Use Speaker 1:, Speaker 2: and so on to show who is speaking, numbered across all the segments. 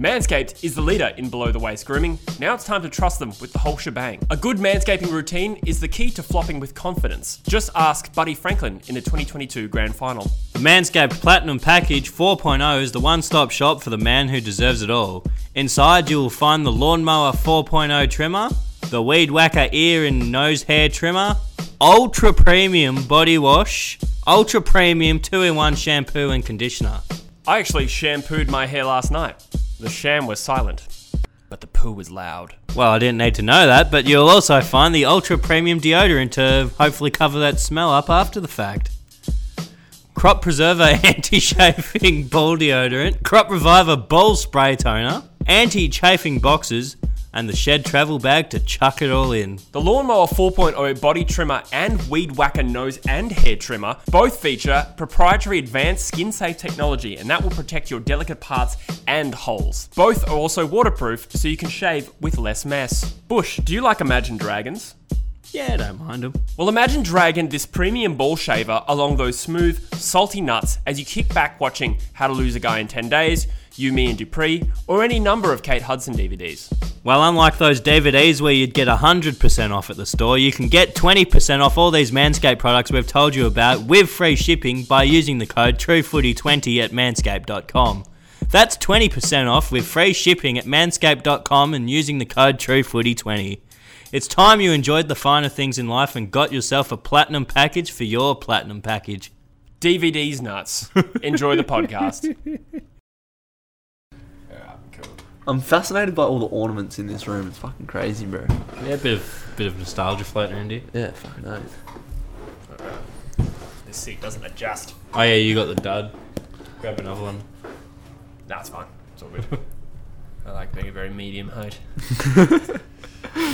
Speaker 1: Manscaped is the leader in below the waist grooming. Now it's time to trust them with the whole shebang. A good manscaping routine is the key to flopping with confidence. Just ask Buddy Franklin in the 2022 grand final.
Speaker 2: The Manscaped Platinum Package 4.0 is the one stop shop for the man who deserves it all. Inside, you will find the Lawnmower 4.0 trimmer, the Weed Whacker ear and nose hair trimmer, Ultra Premium body wash, Ultra Premium 2 in 1 shampoo and conditioner.
Speaker 1: I actually shampooed my hair last night. The sham was silent, but the poo was loud.
Speaker 2: Well, I didn't need to know that, but you'll also find the Ultra Premium deodorant to hopefully cover that smell up after the fact. Crop Preserver Anti-Chafing Ball Deodorant, Crop Reviver Ball Spray Toner, Anti-Chafing Boxes, and the Shed Travel Bag to chuck it all in.
Speaker 1: The Lawnmower 4.0 body trimmer and Weed Whacker nose and hair trimmer both feature proprietary advanced skin safe technology, and that will protect your delicate parts and holes. Both are also waterproof, so you can shave with less mess. Bush, do you like Imagine Dragons?
Speaker 2: Yeah, don't mind them.
Speaker 1: Well, imagine dragging this premium ball shaver along those smooth, salty nuts as you kick back watching How to Lose a Guy in 10 Days, You, Me, and Dupree, or any number of Kate Hudson DVDs.
Speaker 2: Well, unlike those DVDs where you'd get 100% off at the store, you can get 20% off all these Manscaped products we've told you about with free shipping by using the code TrueFooty20 at manscaped.com. That's 20% off with free shipping at manscaped.com and using the code TrueFooty20. It's time you enjoyed the finer things in life and got yourself a platinum package for your platinum package.
Speaker 1: DVDs nuts. Enjoy the podcast.
Speaker 3: I'm fascinated by all the ornaments in this room. It's fucking crazy, bro.
Speaker 2: Yeah, bit of bit of nostalgia floating around here.
Speaker 3: Yeah, fucking oath.
Speaker 1: This seat doesn't adjust.
Speaker 2: Oh yeah, you got the dud. Grab another one.
Speaker 1: Nah, it's fine. It's all good. I like being a very medium height.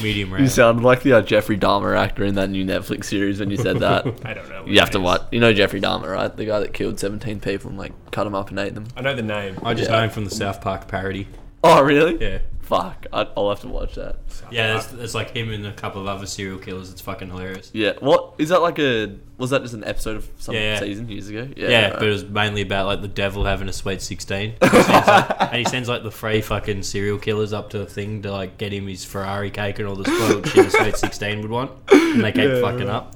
Speaker 2: Medium rare.
Speaker 3: You sounded like the uh, Jeffrey Dahmer actor in that new Netflix series when you said that.
Speaker 1: I don't know. what
Speaker 3: you have to
Speaker 1: it is.
Speaker 3: what? You know Jeffrey Dahmer, right? The guy that killed 17 people and like cut them up and ate them.
Speaker 1: I know the name.
Speaker 2: I just
Speaker 3: Yeah.
Speaker 2: know him from the South Park parody.
Speaker 3: Oh, really?
Speaker 2: Yeah.
Speaker 3: Fuck. I, I'll have to watch that.
Speaker 2: Yeah, there's, there's like him and a couple of other serial killers. It's fucking hilarious.
Speaker 3: Yeah. What is that like a? Was that just an episode of some
Speaker 2: Yeah, yeah.
Speaker 3: season years ago?
Speaker 2: Yeah,
Speaker 3: right.
Speaker 1: Uh,
Speaker 2: but it was mainly about like the devil having a sweet 16. He sends, like- and he sends like the three fucking serial killers up to the thing to like get him his Ferrari cake and all the spoiled shit a sweet 16 would want. And they keep fucking up.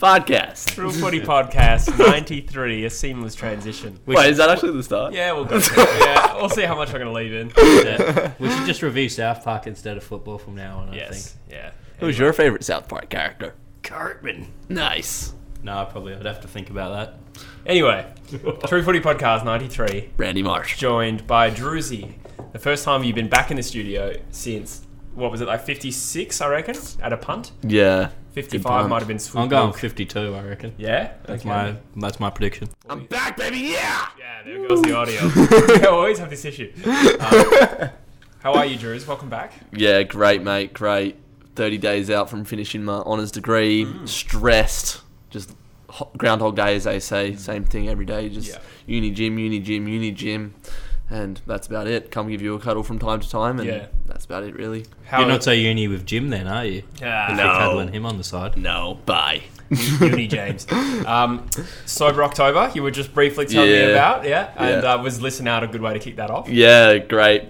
Speaker 3: podcast.
Speaker 1: Real Footy Podcast 93, a seamless transition.
Speaker 3: Wait, is that actually the start?
Speaker 1: Yeah, we'll go. for it. Yeah, we'll see how much I'm going to leave in.
Speaker 2: Yeah. We should just review South Park instead of football from now on, I
Speaker 1: Yes. Yeah.
Speaker 3: Who's your favorite South Park character?
Speaker 2: think. Cartman.
Speaker 3: Nice.
Speaker 2: No, probably. I'd have to think about that.
Speaker 1: Anyway, True Footy Podcast 93,
Speaker 3: Randy Marsh.
Speaker 1: joined by Druzy. The first time you've been back in the studio since, what was it, like 56, I reckon? At a punt?
Speaker 3: Yeah.
Speaker 1: 55
Speaker 3: punt.
Speaker 1: might have been swoop.
Speaker 2: I'm going
Speaker 1: milk.
Speaker 2: 52, I reckon.
Speaker 1: Yeah?
Speaker 2: That's
Speaker 1: Okay.
Speaker 2: my that's my prediction.
Speaker 3: I'm back, baby. Yeah.
Speaker 1: Yeah, there goes the audio. I always have this issue. Um, how are you, Drews? Welcome back.
Speaker 3: Yeah, great, mate. Great. 30 days out from finishing my honours degree. Stressed. Just ho- Groundhog Day, as they say. Same thing every day. Just
Speaker 1: Yeah.
Speaker 3: uni gym, uni gym, uni gym. And that's about it. Come give you a cuddle from time to time. And
Speaker 1: Yeah.
Speaker 3: that's about it, really.
Speaker 1: How
Speaker 2: You're not so uni with Jim then, are you?
Speaker 1: Ah,
Speaker 2: You're cuddling him on the side.
Speaker 3: No, bye.
Speaker 1: Uni James. Um, Sober October, you were just briefly telling me
Speaker 3: Yeah.
Speaker 1: about, yeah, and
Speaker 3: Yeah.
Speaker 1: uh, was listen out a good way to kick that off.
Speaker 3: Yeah, great.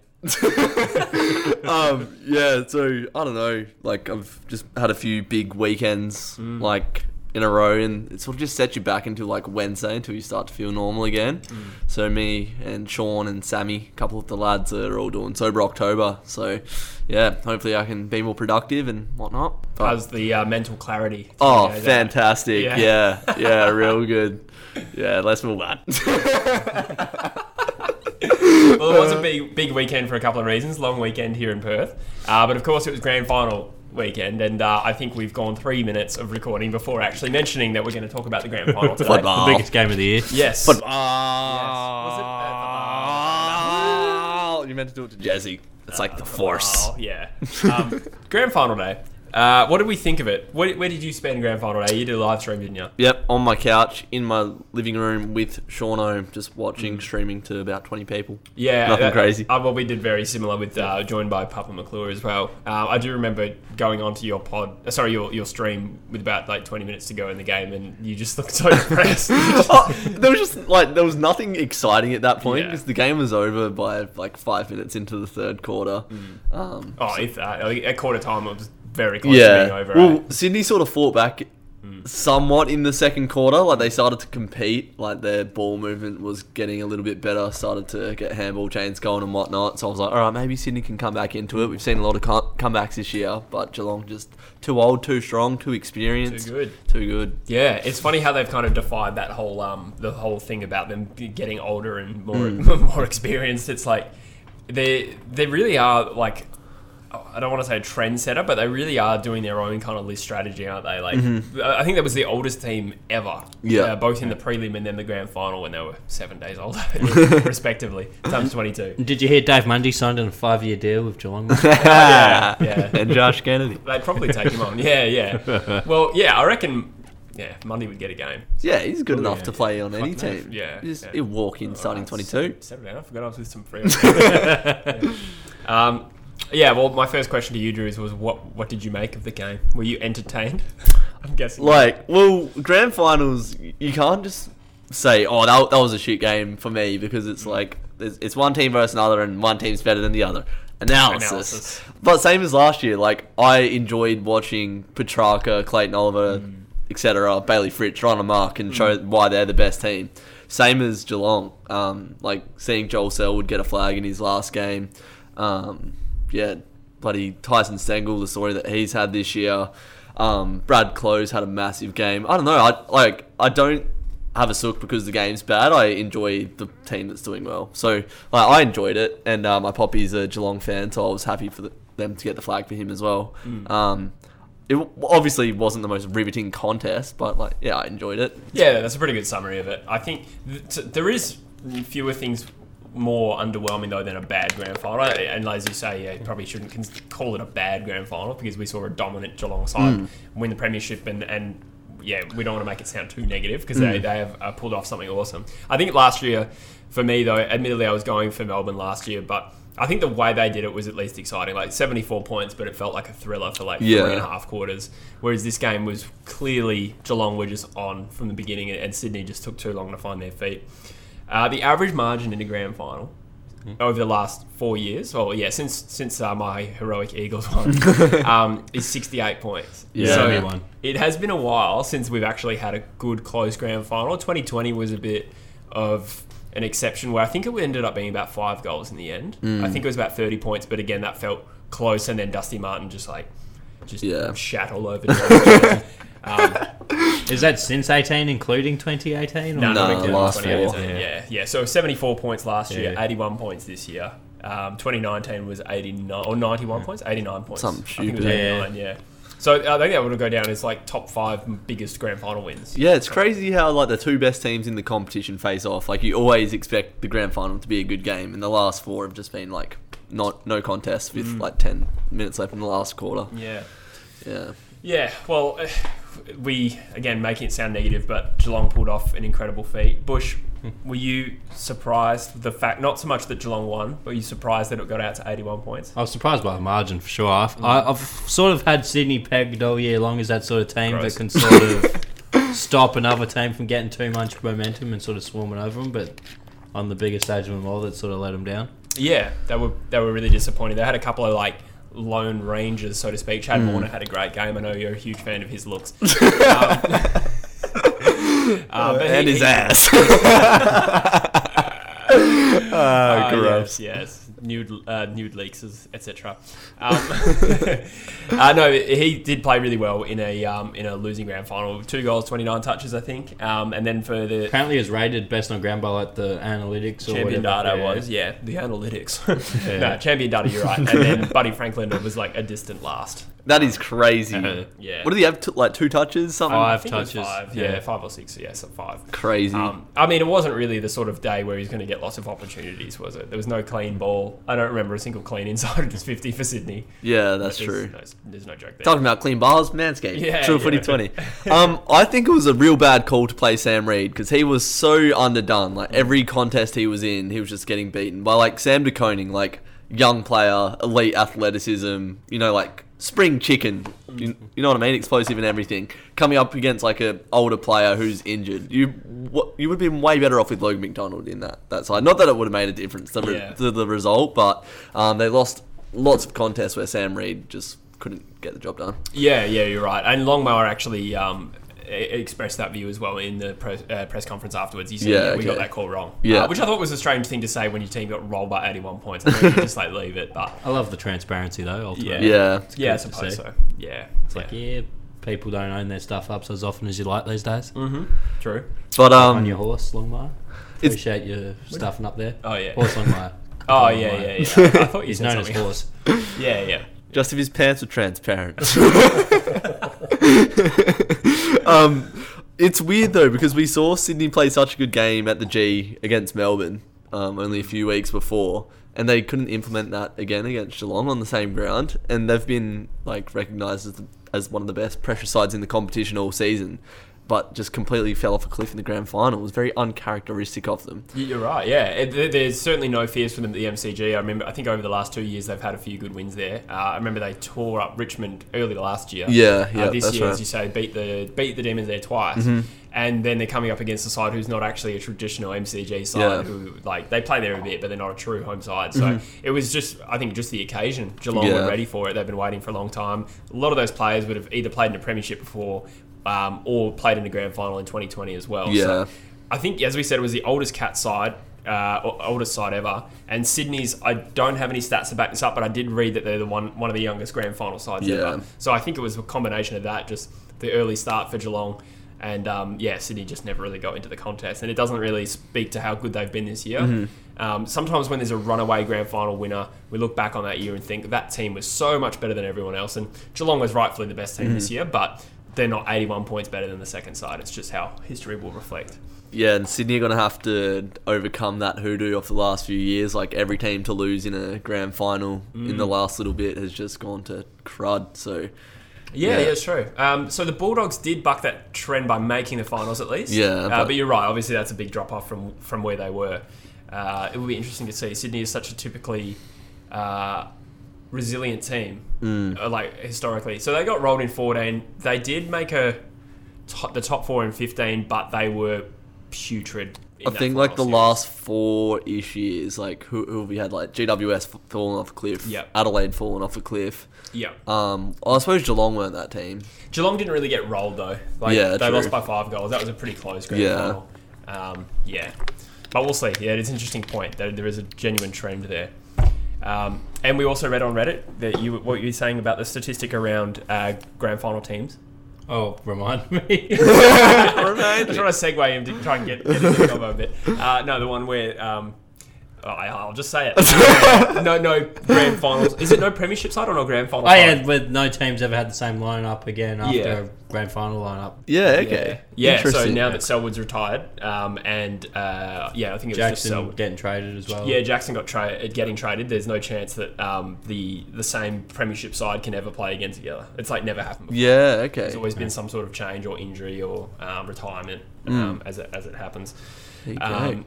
Speaker 3: um, yeah, so I don't know. Like I've just had a few big weekends,
Speaker 1: Mm.
Speaker 3: like in a row, and it sort of just sets you back until like Wednesday until you start to feel normal again.
Speaker 1: Mm.
Speaker 3: So me and Sean and Sammy, a couple of the lads, are all doing sober October. So yeah, hopefully I can be more productive and whatnot. But-
Speaker 1: How's the uh, mental clarity? Did
Speaker 3: oh,
Speaker 1: you know that?
Speaker 3: fantastic!
Speaker 1: Yeah.
Speaker 3: Yeah, yeah, real good. Yeah, let's move on.
Speaker 1: Well, it was a big, big weekend for a couple of reasons. Long weekend here in Perth, uh, but of course it was grand final weekend, and uh, I think we've gone three minutes of recording before actually mentioning that we're going to talk about the grand final today.
Speaker 3: Football.
Speaker 2: The biggest game of the year.
Speaker 1: Yes. Ah.
Speaker 3: Oh, you meant to do it to Jesse. It's like the force.
Speaker 1: Oh, yeah. Um, grand final day. Uh, what did we think of it? Where, where did you spend grand final day? You did a live stream, didn't you?
Speaker 3: Yep, on my couch in my living room with Shauno, just watching streaming to about twenty people.
Speaker 1: Mm. Yeah,
Speaker 3: Nothing crazy.
Speaker 1: Uh, well, we did very similar with uh, joined by Papa McClure as well. Uh, I do remember going onto your pod, uh, sorry, your your stream with about like twenty minutes to go in the game, and you just looked so depressed.
Speaker 3: oh, there was just like there was nothing exciting at that point
Speaker 1: Yeah.
Speaker 3: because the game was over by like five minutes into the third quarter. Um,
Speaker 1: oh, if that, like, at quarter time, it was very close to being
Speaker 3: yeah,
Speaker 1: over.
Speaker 3: well,
Speaker 1: eh? Hmm.
Speaker 3: Sydney sort of fought back somewhat in the second quarter. Like they started to compete, like their ball movement was getting a little bit better. Started to get handball chains going and whatnot. So I was like, all right, maybe Sydney can come back into it. We've seen a lot of co- comebacks this year, but Geelong just too old, too strong, too experienced,
Speaker 1: Too good.
Speaker 3: too good.
Speaker 1: Yeah, it's funny how they've kind of defied that whole um the whole thing about them g- getting older and more more experienced. It's like they they really are like I don't want to say a trendsetter, but they really are doing their own kind of list strategy, aren't they? Like I I think that was the oldest team ever.
Speaker 3: Yeah.
Speaker 1: uh, both in the prelim and then the grand final when they were seven days old, respectively. Times twenty two.
Speaker 2: Did you hear Dave Mundy signed a five year deal with Geelong?
Speaker 1: yeah, yeah.
Speaker 3: and Josh Kennedy.
Speaker 1: They'd probably take him on. Yeah, yeah. Well, yeah, I reckon. Yeah, Monday would get a game.
Speaker 3: Yeah, he's good enough
Speaker 1: Oh, yeah,
Speaker 3: to
Speaker 1: yeah.
Speaker 3: play on any
Speaker 1: Fuck no.
Speaker 3: team.
Speaker 1: Yeah,
Speaker 3: Just
Speaker 1: yeah.
Speaker 3: he'll walk in starting
Speaker 1: Alright,
Speaker 3: 22.
Speaker 1: s- Settle down. I forgot I was with some friends. Yeah. um, yeah. Well, my first question to you, Drews, was what What did you make of the game? Were you entertained? I'm guessing.
Speaker 3: Like, well, grand finals, y- you can't just say, oh, that, that was a shit game for me because it's like, it's, it's one team versus another and one team's better than the other. Analysis.
Speaker 1: Analysis.
Speaker 3: But same as last year, like, I enjoyed watching Petrarca, Clayton Oliver, etc., Bailey Fritz run a mark and show why they're the best team. Same as Geelong. Um, like, seeing Joel Selwood get a flag in his last game. Um, yeah, bloody Tyson Stengel, the story that he's had this year. Um, Brad Close had a massive game. I don't know. I like. I don't have a sook because the game's bad. I enjoy the team that's doing well. So like, I enjoyed it, and uh, my poppy's a Geelong fan, so I was happy for the, them to get the flag for him as well. Um, it w- obviously wasn't the most riveting contest, but like, yeah, I enjoyed it.
Speaker 1: Yeah, that's a pretty good summary of it. I think th- t- there is fewer things more underwhelming though than a bad grand final, and as you say, yeah, you probably shouldn't cons- call it a bad grand final because we saw a dominant Geelong side win the premiership, and and yeah, we don't want to make it sound too negative because they they have uh, pulled off something awesome. I think last year for me though, admittedly, I was going for Melbourne last year, but. I think the way they did it was at least exciting, like 74 points, but it felt like a thriller for like
Speaker 3: Yeah.
Speaker 1: three and a half half quarters. Whereas this game was clearly Geelong were just on from the beginning, and- and Sydney just took too long to find their feet. Uh, the average margin in a grand final over the last four years, well, yeah, since since uh, my heroic Eagles one, um, is sixty eight points.
Speaker 3: Yeah.
Speaker 1: so
Speaker 2: Yeah.
Speaker 1: it has been a while since we've actually had a good close grand final. Twenty twenty was a bit of an exception where I think it ended up being about five goals in the end. I think it was about thirty points, but again, that felt close. And then Dusty Martin just like just
Speaker 3: Yeah.
Speaker 1: shat all over. Geelong. um,
Speaker 2: Is that since 18, including 2018?
Speaker 1: no,
Speaker 3: No,
Speaker 1: not including
Speaker 3: last
Speaker 1: 2018.
Speaker 3: four.
Speaker 1: Yeah. yeah, So 74 points last year,
Speaker 2: Yeah.
Speaker 1: 81 points this year. Um, 2019 was 89 or 91 points, 89 points.
Speaker 3: Something
Speaker 1: I think it was
Speaker 3: stupid.
Speaker 1: 89. Yeah. So uh, I think that would go down as like top five biggest grand final wins.
Speaker 3: Yeah, it's crazy how like the two best teams in the competition face off. Like you always expect the grand final to be a good game, and the last four have just been like not no contest with
Speaker 1: Mm.
Speaker 3: like ten minutes left in the last quarter.
Speaker 1: Yeah.
Speaker 3: Yeah.
Speaker 1: Yeah, well, eh, we again making it sound negative, but Geelong pulled off an incredible feat. Bush, were you surprised with the fact not so much that Geelong won, but were you surprised that it got out to eighty-one points?
Speaker 2: I was surprised by the margin for sure. I've, I- I've sort of had Sydney pegged all year long as that sort of team
Speaker 1: Gross.
Speaker 2: that can sort of stop another team from getting too much momentum and sort of swarming over them. But on the bigger stage of them all, that sort of let them down.
Speaker 1: Yeah, they were they were really disappointed. They had a couple of like lone rangers, so to speak. Chad
Speaker 3: Mm.
Speaker 1: Warner had a great game. I know you're a huge fan of his looks. um, uh, but
Speaker 3: and
Speaker 1: he-
Speaker 3: his
Speaker 1: he-
Speaker 3: ass.
Speaker 1: Ah,
Speaker 3: gross.
Speaker 1: Yes, yes. Nude, uh, nude leaks, is- etc. Um, uh, no, he did play really well in a um, in a losing grand final. Two goals, twenty nine touches, I think. Um, and then for the
Speaker 2: Apparently, is rated best on ground by like the analytics or
Speaker 1: Champion
Speaker 2: whatever.
Speaker 1: data
Speaker 2: Yeah.
Speaker 1: was, yeah, the analytics. no, champion data, you're right. And then Buddy Franklin was like a distant last.
Speaker 3: that is crazy.
Speaker 2: Uh,
Speaker 1: Uh-huh. yeah.
Speaker 3: What do they have? T- like two touches? Something
Speaker 1: I
Speaker 2: Five
Speaker 1: think it was
Speaker 2: touches,
Speaker 1: Five, yeah,
Speaker 2: yeah.
Speaker 1: five or six. Yeah, so five.
Speaker 3: crazy.
Speaker 1: Um, I mean, it wasn't really the sort of day where he's going to get lots of opportunities, was it? There was no clean ball. all. I don't remember a single clean inside of this 50 for Sydney.
Speaker 3: Yeah, that's
Speaker 1: There's
Speaker 3: true.
Speaker 1: No, there's no joke there.
Speaker 3: Talking about clean bars, Manscaped.
Speaker 1: Yeah,
Speaker 3: True
Speaker 1: yeah.
Speaker 3: footy 20. Um, I think it was a real bad call to play Sam Reed because he was so underdone. Like every contest he was in, he was just getting beaten by like Sam De Koning, like young player, elite athleticism, you know, like spring chicken. You, you know what I mean? Explosive and everything. Coming up against like an older player who's injured. You what, you would have been way better off with Logan McDonald in that, that side. Not that it would have made a difference to, the-
Speaker 1: Yeah.
Speaker 3: to the result, but um, they lost lots of contests where Sam Reed just couldn't get the job done.
Speaker 1: Yeah, yeah, you're right. And Longmire actually um, e- expressed that view as well in the press, uh, press conference afterwards. He said,
Speaker 3: Yeah,
Speaker 1: yeah, we got
Speaker 3: okay.
Speaker 1: that call wrong.
Speaker 3: Yeah.
Speaker 1: Uh, which I thought was a strange thing to say when your team got rolled by 81 points. I think you just like leave it, but
Speaker 2: I love the transparency though. Ultimately,
Speaker 3: Yeah.
Speaker 1: yeah, I
Speaker 2: good to
Speaker 1: suppose
Speaker 2: see.
Speaker 1: so. Yeah.
Speaker 2: it's like yeah, people don't own their stuff up so as often as you like these days.
Speaker 1: Mm. Mm-hmm. True.
Speaker 3: But
Speaker 2: On your
Speaker 3: um,
Speaker 2: horse, Longmire.
Speaker 3: It's-
Speaker 2: Appreciate your stuffing up there.
Speaker 1: Oh, yeah.
Speaker 2: horse Longmire.
Speaker 1: Oh,
Speaker 2: Longmire.
Speaker 1: yeah, yeah, yeah. I thought you
Speaker 2: He's
Speaker 1: said
Speaker 2: known as
Speaker 1: something.
Speaker 2: horse.
Speaker 1: Yeah, yeah.
Speaker 3: just if his pants were transparent. um, it's weird though because we saw Sydney play such a good game at the G against Melbourne um, only a few weeks before, and they couldn't implement that again against Geelong on the same ground, and they've been like recognised as, the, as one of the best pressure sides in the competition all season. But just completely fell off a cliff in the grand final. It was very uncharacteristic of them.
Speaker 1: Y- You're right. Yeah, It- there- there's certainly no fears for them at the MCG. I remember. I think over the last two years they've had a few good wins there. Uh, I remember they tore up Richmond early last year. Uh,
Speaker 3: Yeah, yeah,
Speaker 1: this
Speaker 3: that's
Speaker 1: year,
Speaker 3: right. Mm-hmm.
Speaker 1: as you say, beat the beat the Demons there twice, and then they're coming up against a side who's not actually a traditional MCG side.
Speaker 3: Yeah.
Speaker 1: Who like they play there a bit, but they're not a true home side. So it was just, I think, just the occasion. Geelong
Speaker 3: Mm-hmm. Yeah.
Speaker 1: were ready for it. They've been waiting for a long time. A lot of those players would have either played in a premiership before. Um, or played in the grand final in 2020 as well.
Speaker 3: Yeah.
Speaker 1: So I think, as we said, it was the oldest cat side, uh, o- oldest side ever. And Sydney's, I don't have any stats to back this up, but I did read that they're the one one of the youngest grand final sides
Speaker 3: Yeah.
Speaker 1: ever. So I think it was a combination of that, just the early start for Geelong. And um, yeah, Sydney just never really got into the contest, and it doesn't really speak to how good they've been this year. Um, sometimes when there's a runaway grand final winner, we look back on that year and think that team was so much better than everyone else, and Geelong was rightfully the best team this year, but they're not 81 points better than the second side. It's just how history will reflect.
Speaker 3: Yeah, and Sydney are going to have to overcome that hoodoo of the last few years. Like every team to lose in a grand final in
Speaker 1: Mm.
Speaker 3: the last little bit has just gone to crud. So
Speaker 1: Yeah,
Speaker 3: Yeah.
Speaker 1: yeah, it's true. Um, so the Bulldogs did buck that trend by making the finals at least.
Speaker 3: Yeah,
Speaker 1: uh,
Speaker 3: but-
Speaker 1: but, you're right. Obviously, that's a big drop off from from where they were. Uh, it will be interesting to see. Sydney is such a typically uh, resilient team,
Speaker 3: Mm.
Speaker 1: uh, like historically. So they got rolled in 14. They did make a top, the top four in 15, but they were putrid. in
Speaker 3: I
Speaker 1: that
Speaker 3: think like the
Speaker 1: final series.
Speaker 3: last four ish years, like who, who have we had like GWS f- falling off a cliff,
Speaker 1: Yep.
Speaker 3: Adelaide falling off a cliff.
Speaker 1: Yeah.
Speaker 3: Um, I suppose Geelong weren't that team.
Speaker 1: Geelong didn't really get rolled though. Like,
Speaker 3: Yeah,
Speaker 1: they
Speaker 3: true.
Speaker 1: lost by five goals. That was a pretty close grand
Speaker 3: Yeah.
Speaker 1: final. Um, yeah, but we'll see. Yeah, it's an interesting point. There, there is a genuine trend there. Um, and we also read on Reddit that you what you were saying about the statistic around uh, grand final teams.
Speaker 2: Oh, remind me.
Speaker 1: I'm trying to segue him to try and get, get into the combo a bit. Uh, no, the one where. Um, oh, I, I'll just say it. no, no grand finals. Is it no premiership side or no grand final?
Speaker 2: oh
Speaker 1: side?
Speaker 2: yeah, with no teams ever had the same lineup again after
Speaker 1: Yeah.
Speaker 2: a grand final lineup.
Speaker 3: Yeah, okay.
Speaker 1: Yeah, so
Speaker 3: Interesting.
Speaker 1: now that Selwood's retired, um, and uh, yeah, I think it was just
Speaker 2: Jackson
Speaker 1: Selwood.
Speaker 2: getting traded as well.
Speaker 1: Yeah, Jackson got tra- getting traded. There's no chance that um, the the same premiership side can ever play again together. It's like never happened. Before.
Speaker 3: Yeah, okay.
Speaker 1: There's always been some sort of change or injury or um, retirement
Speaker 3: Hmm.
Speaker 1: um, as it as it happens.
Speaker 3: There you go.
Speaker 1: Um,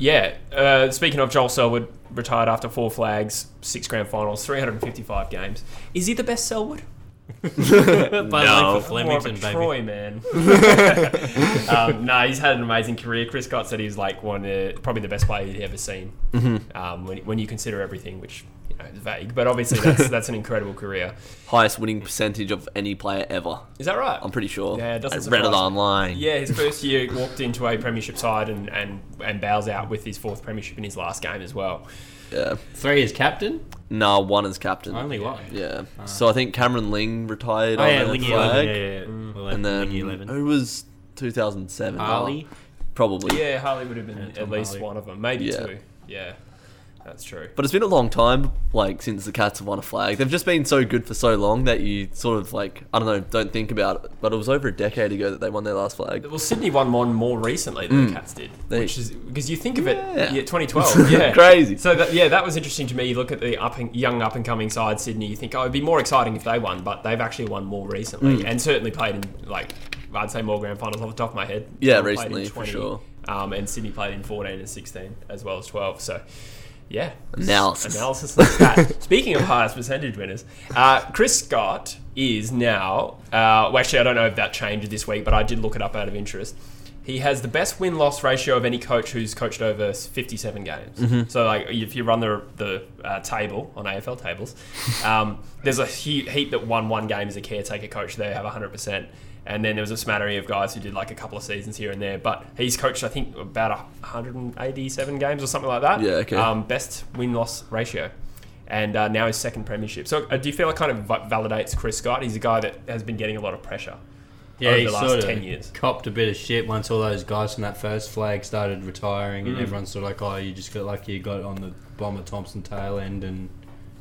Speaker 1: yeah. Uh, speaking of Joel Selwood, retired after four flags, six grand finals, 355 games. Is he the best Selwood?
Speaker 2: By
Speaker 3: No.
Speaker 2: no. for Flemington,
Speaker 1: More of a
Speaker 2: baby.
Speaker 1: Troy man. um, no, he's had an amazing career. Chris Scott said he's like one, of, probably the best player he'd ever seen.
Speaker 3: Mm-hmm.
Speaker 1: Um, when, when you consider everything, which you know is vague, but obviously that's that's an incredible career.
Speaker 3: Highest winning percentage of any player ever.
Speaker 1: Is that right?
Speaker 3: I'm pretty sure.
Speaker 1: Yeah, it doesn't
Speaker 3: I read it
Speaker 1: surprise me.
Speaker 3: online.
Speaker 1: yeah, his first year walked into a premiership side and, and, and bows out with his fourth premiership in his last game as well.
Speaker 3: yeah.
Speaker 2: Three is captain.
Speaker 3: Nah, one is captain.
Speaker 2: Only one.
Speaker 3: Yeah. so I think Cameron Ling retired
Speaker 2: Oh
Speaker 3: on
Speaker 2: yeah, Mm.
Speaker 3: the
Speaker 2: Lingy
Speaker 3: flag.
Speaker 2: eleven. Yeah, yeah, yeah. Well,
Speaker 3: And then
Speaker 2: Lingy eleven.
Speaker 3: who was 2007?
Speaker 2: Harley.
Speaker 3: Probably.
Speaker 1: Yeah, Harley would have been
Speaker 2: Yeah,
Speaker 1: at
Speaker 2: Tom
Speaker 1: least
Speaker 2: Harley.
Speaker 1: one of them, maybe
Speaker 3: Yeah.
Speaker 1: two. Yeah. That's true.
Speaker 3: But it's been a long time, like since the Cats have won a flag. They've just been so good for so long that you sort of like I don't know, don't think about it. But it was over a decade ago that they won their last flag.
Speaker 1: Well, Sydney won one more recently than the Cats did,
Speaker 3: Mm. They-
Speaker 1: which is because you think of it, yeah,
Speaker 3: Yeah.
Speaker 1: 2012, yeah,
Speaker 3: Crazy.
Speaker 1: So that, yeah, that was interesting to me. You look at the up and, young up and coming side, Sydney. You think oh, it'd be more exciting if they won, but they've actually won more
Speaker 3: Mm.
Speaker 1: recently, and certainly played in like I'd say more grand finals off the top of my head.
Speaker 3: Yeah,
Speaker 1: Played in
Speaker 3: recently, for sure.
Speaker 1: Um, and Sydney played in 14 and 16 as well as 12. So. Yeah.
Speaker 3: Analysis.
Speaker 1: Analysis and stat. Speaking of highest percentage winners, uh, Chris Scott is now. Uh, well, actually, I don't know if that changed this week, but I did look it up out of interest. He has the best win loss ratio of any coach who's coached over 57 games.
Speaker 3: Mm-hmm.
Speaker 1: So, like, if you run the, the uh, table on AFL tables, um, there's a he- heap that won one game as a caretaker coach. They have 100%. And then there was a smattering of guys who did like a couple of seasons here and there. But he's coached, I think, about 187 games or something like that
Speaker 3: Yeah, okay.
Speaker 1: um, best win loss ratio, and uh, now his second premiership. So uh, do you feel it kind of va- validates Chris Scott? He's a guy that has been getting a lot of pressure.
Speaker 2: Yeah,
Speaker 1: over
Speaker 2: he
Speaker 1: the last
Speaker 2: sort of
Speaker 1: 10 years.
Speaker 2: copped a bit of shit once all those guys from that first flag started retiring,
Speaker 1: Mm.
Speaker 2: and everyone's sort of like, "Oh, you just got lucky, you got on the bomber Thompson tail end, and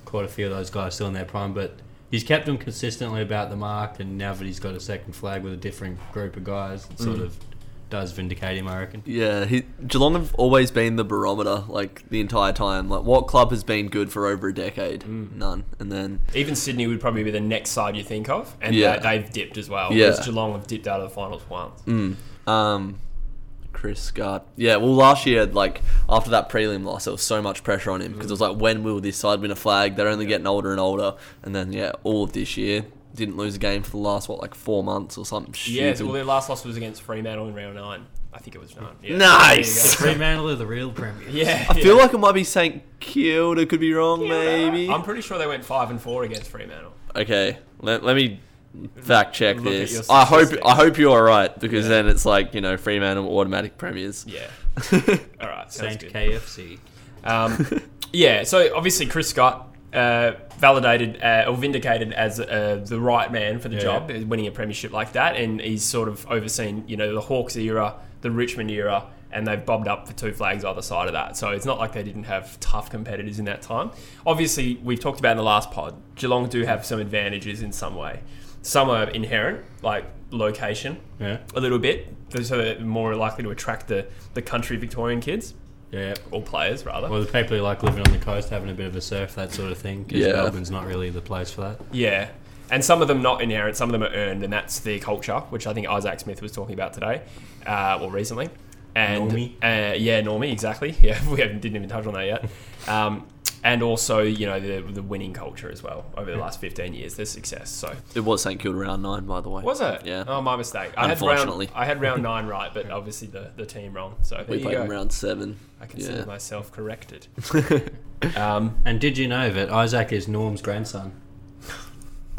Speaker 2: caught a few of those guys still in their prime." But he's kept them consistently about the mark, and now that he's got a second flag with a different group of guys, it
Speaker 1: Mm.
Speaker 2: sort of does vindicate him, I reckon.
Speaker 3: Yeah, he, Geelong have always been the barometer, like the entire time. Like, what club has been good for over a decade?
Speaker 2: Mm.
Speaker 3: None. And then,
Speaker 1: Even Sydney would probably be the next side you think of, and
Speaker 3: Yeah.
Speaker 1: they, have dipped as well.
Speaker 3: Yeah. Mm.
Speaker 1: Whereas Geelong have dipped out of the finals once.
Speaker 3: um, Chris Scott. Yeah, well, last year, like after that prelim loss, there was so much pressure on him because it
Speaker 1: Mm.
Speaker 3: was like, when will this side win a flag? They're only getting older and older. And then, yeah, all of this year didn't lose a game for the last what, like four months or something.
Speaker 1: Yeah, so,
Speaker 3: stupid.
Speaker 1: well, their last loss was against Fremantle in round nine. I think it was nine. Yeah.
Speaker 3: Nice!
Speaker 1: There you go.
Speaker 2: Fremantle are the real premier.
Speaker 1: yeah,
Speaker 3: I feel like it might be St Kilda. Could be wrong, maybe.
Speaker 1: I'm pretty sure they went five and four against Fremantle.
Speaker 3: Okay, let, let me fact check
Speaker 1: Look at your
Speaker 3: this. I hope
Speaker 1: statistics.
Speaker 3: I hope you're all right because then it's like you know Fremantle automatic premiers.
Speaker 1: Yeah. All right. sounds
Speaker 2: Saint
Speaker 1: good.
Speaker 2: KFC.
Speaker 1: Um, yeah, so obviously Chris Scott uh, validated uh, or vindicated as uh, the right man for the
Speaker 2: Yeah.
Speaker 1: job, uh, winning a premiership like that, and he's sort of overseen, you know, the Hawks era, the Richmond era, and they've bobbed up for two flags either side of that. So it's not like they didn't have tough competitors in that time. Obviously, we've talked about in the last pod, Geelong do have some advantages in some way. Some are inherent, like location,
Speaker 2: Yeah,
Speaker 1: a little bit, so they're more likely to attract the, the country Victorian kids,
Speaker 2: yeah.
Speaker 1: or players rather.
Speaker 2: Well, the people who like living on the coast, having a bit of a surf, that sort of thing, because
Speaker 3: Yeah.
Speaker 2: Melbourne's not really the place for that.
Speaker 1: Yeah. And some of them not inherent, some of them are earned, and that's their culture, which I think Isaac Smith was talking about today, uh, or recently. And
Speaker 2: Normie.
Speaker 1: Uh, yeah, Normie, exactly. Yeah, we haven't, didn't even touch on that yet. Um, and also, you know, the, the winning culture as well over the last 15 years, their success. So,
Speaker 3: It was St Kilda round nine, by the way.
Speaker 1: was it?
Speaker 3: Yeah.
Speaker 1: Oh, my mistake. I
Speaker 3: Unfortunately.
Speaker 1: Had round, I had round nine right, but obviously the, the team wrong. So, there
Speaker 3: we
Speaker 1: you
Speaker 3: played
Speaker 1: go.
Speaker 3: in round seven.
Speaker 1: I consider
Speaker 3: Yeah.
Speaker 1: myself corrected. um,
Speaker 2: And did you know that Isaac is Norm's grandson?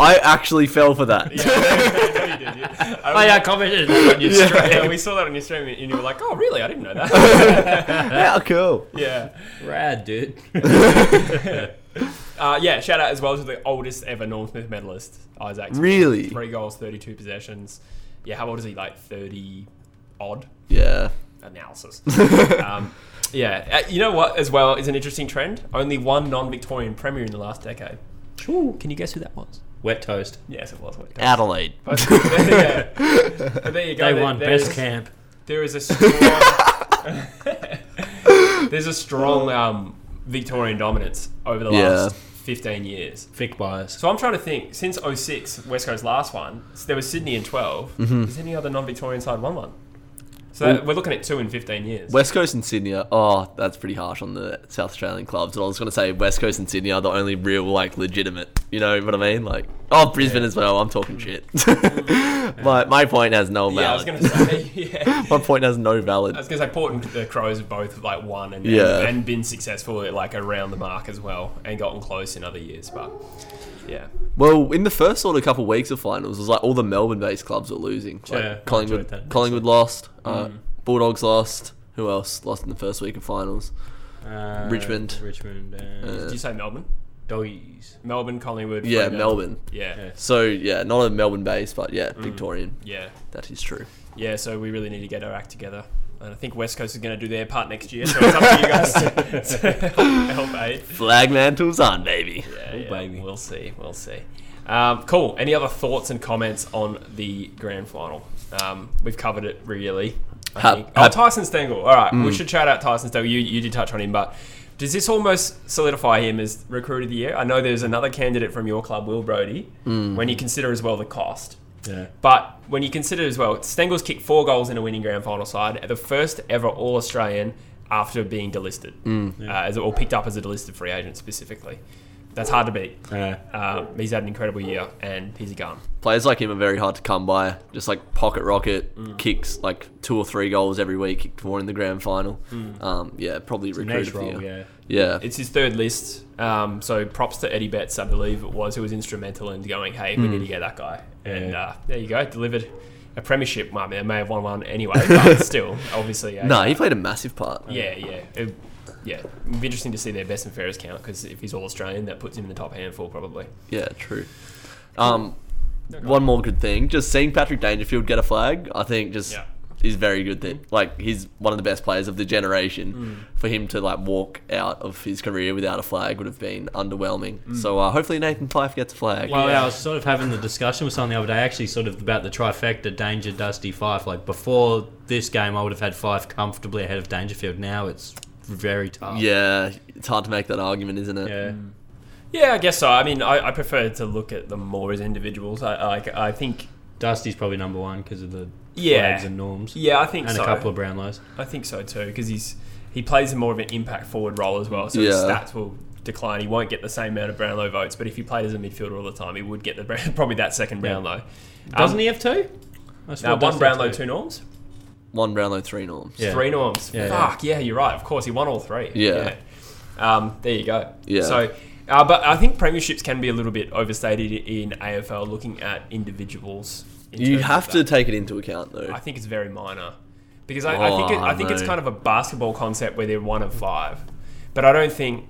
Speaker 3: I actually fell for that.
Speaker 1: yeah, I know you did, Oh, yeah. I was-
Speaker 2: commented that on your
Speaker 3: Yeah.
Speaker 1: Yeah, we saw that on your stream, and you were like, "Oh, really? I didn't know that."
Speaker 3: How cool!
Speaker 1: yeah,
Speaker 2: Rad, dude.
Speaker 1: uh, yeah. Shout out as well to the oldest ever Norm Smith medalist, Isaac. Smith.
Speaker 3: Really?
Speaker 1: three goals, thirty-two possessions. Yeah, how old is he? Like thirty odd.
Speaker 3: Yeah.
Speaker 1: Analysis. um, yeah, uh, you know what? As well is an interesting trend. Only one non-Victorian premier in the last decade. Can you guess who that was?
Speaker 2: Wet toast.
Speaker 1: Yes, it was. Wait, don't-
Speaker 3: Adelaide.
Speaker 1: But, yeah. But there you go.
Speaker 2: They
Speaker 1: There-
Speaker 2: won
Speaker 1: there
Speaker 2: best
Speaker 1: is-
Speaker 2: camp.
Speaker 1: There is a strong. there's a strong um, Victorian dominance over the
Speaker 3: Yeah.
Speaker 1: last 15 years.
Speaker 2: Vic Byers.
Speaker 1: So I'm trying to think. Since 06, West Coast last one, s- there was Sydney in 12.
Speaker 3: Mm-hmm.
Speaker 1: Has any other non-Victorian side won one? So that- we're looking at two in 15 years.
Speaker 3: West Coast and Sydney. Are, oh, that's pretty harsh on the South Australian clubs. And I was going to say West Coast and Sydney are the only real, like, legitimate. You know what I mean? Like, oh, Brisbane as well. I'm talking shit. my my point has no valid.
Speaker 1: yeah, I was going to say. Yeah.
Speaker 3: my point has no valid.
Speaker 1: I was going to say Port and the Crows have both like won and,
Speaker 3: Yeah.
Speaker 1: and been successful at, like around the mark as well and gotten close in other years. But yeah,
Speaker 3: Well, in the first sort of couple of weeks of finals, it was like all the Melbourne-based clubs were losing. Like
Speaker 2: Yeah, I enjoyed
Speaker 3: Collingwood,
Speaker 2: that.
Speaker 3: Collingwood lost. Uh,
Speaker 1: Mm.
Speaker 3: Bulldogs lost. Who else lost in the first week of finals?
Speaker 2: Uh,
Speaker 3: Richmond.
Speaker 2: Richmond. Uh,
Speaker 1: did you say Melbourne?
Speaker 2: doggies.
Speaker 1: Melbourne, Collingwood.
Speaker 3: Yeah,
Speaker 1: Freo.
Speaker 3: Melbourne.
Speaker 1: Yeah,
Speaker 2: Yeah.
Speaker 3: So yeah, not a Melbourne-based, but yeah, Victorian.
Speaker 1: yeah,
Speaker 3: That is true.
Speaker 1: yeah. So we really need to get our act together And I think West Coast is going to do their part next year, so it's up to you guys to, to help aid.
Speaker 3: Flag mantles on, baby.
Speaker 1: Yeah,
Speaker 2: Oh,
Speaker 1: yeah,
Speaker 2: baby.
Speaker 1: We'll see. We'll see. Um, cool. Any other thoughts and comments on the grand final? Um, we've covered it really. I
Speaker 3: Hap-
Speaker 1: think. oh,
Speaker 3: hap-
Speaker 1: Tyson Stengel. All right, we should shout out Tyson Stengel. You you did touch on him, but does this almost solidify him as recruit of the year? I know there's another candidate from your club, Will Brody. When you consider as well the cost,
Speaker 2: Yeah.
Speaker 1: but when you consider as well, Stengel's kicked four goals in a winning grand final side, the first ever All Australian after being delisted, uh, as or picked up as a delisted free agent specifically. That's hard to beat. Um, he's had an incredible year, and he's a gun.
Speaker 3: Players like him are very hard to come by. Just like pocket rocket kicks, like two or three goals every week. Kicked four in the grand final. Um, yeah, probably recruited
Speaker 2: Nice
Speaker 3: for
Speaker 2: role,
Speaker 3: you.
Speaker 2: yeah.
Speaker 3: Yeah.
Speaker 1: It's his third list, um, so props to Eddie Betts, I believe it was, who was instrumental in going, "Hey, we need to get that guy." And
Speaker 2: Mm. Yeah.
Speaker 1: uh, there you go, delivered a premiership. Well, I mean, they may have won one anyway, but still, obviously, a-
Speaker 3: no, he played a massive part.
Speaker 1: Yeah, yeah. It, yeah, it'd be interesting to see their best and fairest count because if he's all Australian, that puts him in the top handful probably.
Speaker 3: Yeah, true. Um, one more good thing, just seeing Patrick Dangerfield get a flag, I think just
Speaker 1: Yeah.
Speaker 3: is very good. That like he's one of the best players of the generation. For him to like walk out of his career without a flag would have been underwhelming. So uh, hopefully Nathan Fife gets a flag.
Speaker 2: Well,
Speaker 1: Yeah.
Speaker 2: I was sort of having the discussion with someone the other day, actually, sort of about the trifecta Danger, Dusty, Fife. Like before this game, I would have had Fife comfortably ahead of Dangerfield. Now it's very tough.
Speaker 3: yeah, it's hard to make that argument, isn't it?
Speaker 2: Yeah.
Speaker 1: Mm. Yeah, I guess so. I mean, I, I prefer to look at them more as individuals. I, I, I think.
Speaker 2: Dusty's probably number one because of the
Speaker 1: Yeah.
Speaker 2: flags and norms.
Speaker 1: Yeah, I think
Speaker 2: And
Speaker 1: so.
Speaker 2: a couple of Brownlows.
Speaker 1: I think so too because he's he plays more of an impact forward role as well. So his
Speaker 3: Yeah.
Speaker 1: stats will decline. He won't get the same amount of Brownlow votes, but if he played as a midfielder all the time, he would get the Brown- probably that second
Speaker 2: Yeah.
Speaker 1: Brownlow.
Speaker 2: Doesn't
Speaker 1: Um,
Speaker 2: he have two? I
Speaker 1: now,
Speaker 2: swear
Speaker 1: one
Speaker 2: Dusty had
Speaker 1: Brownlow, two norms,
Speaker 3: One Brownlow, three norms.
Speaker 2: Yeah.
Speaker 1: three norms.
Speaker 2: Yeah, yeah.
Speaker 1: Fuck yeah. you're right. Of course, he won all three.
Speaker 3: Yeah.
Speaker 1: Yeah. Um, there you go.
Speaker 3: Yeah.
Speaker 1: So. Uh, but I think premierships can be a little bit overstated in AFL looking at individuals. in
Speaker 3: You
Speaker 1: terms of
Speaker 3: have to
Speaker 1: that.
Speaker 3: take it into account though.
Speaker 1: I think it's very minor because I, I think it, I
Speaker 3: Oh,
Speaker 1: think it's
Speaker 3: no.
Speaker 1: kind of a basketball concept where they're one of five, but I don't think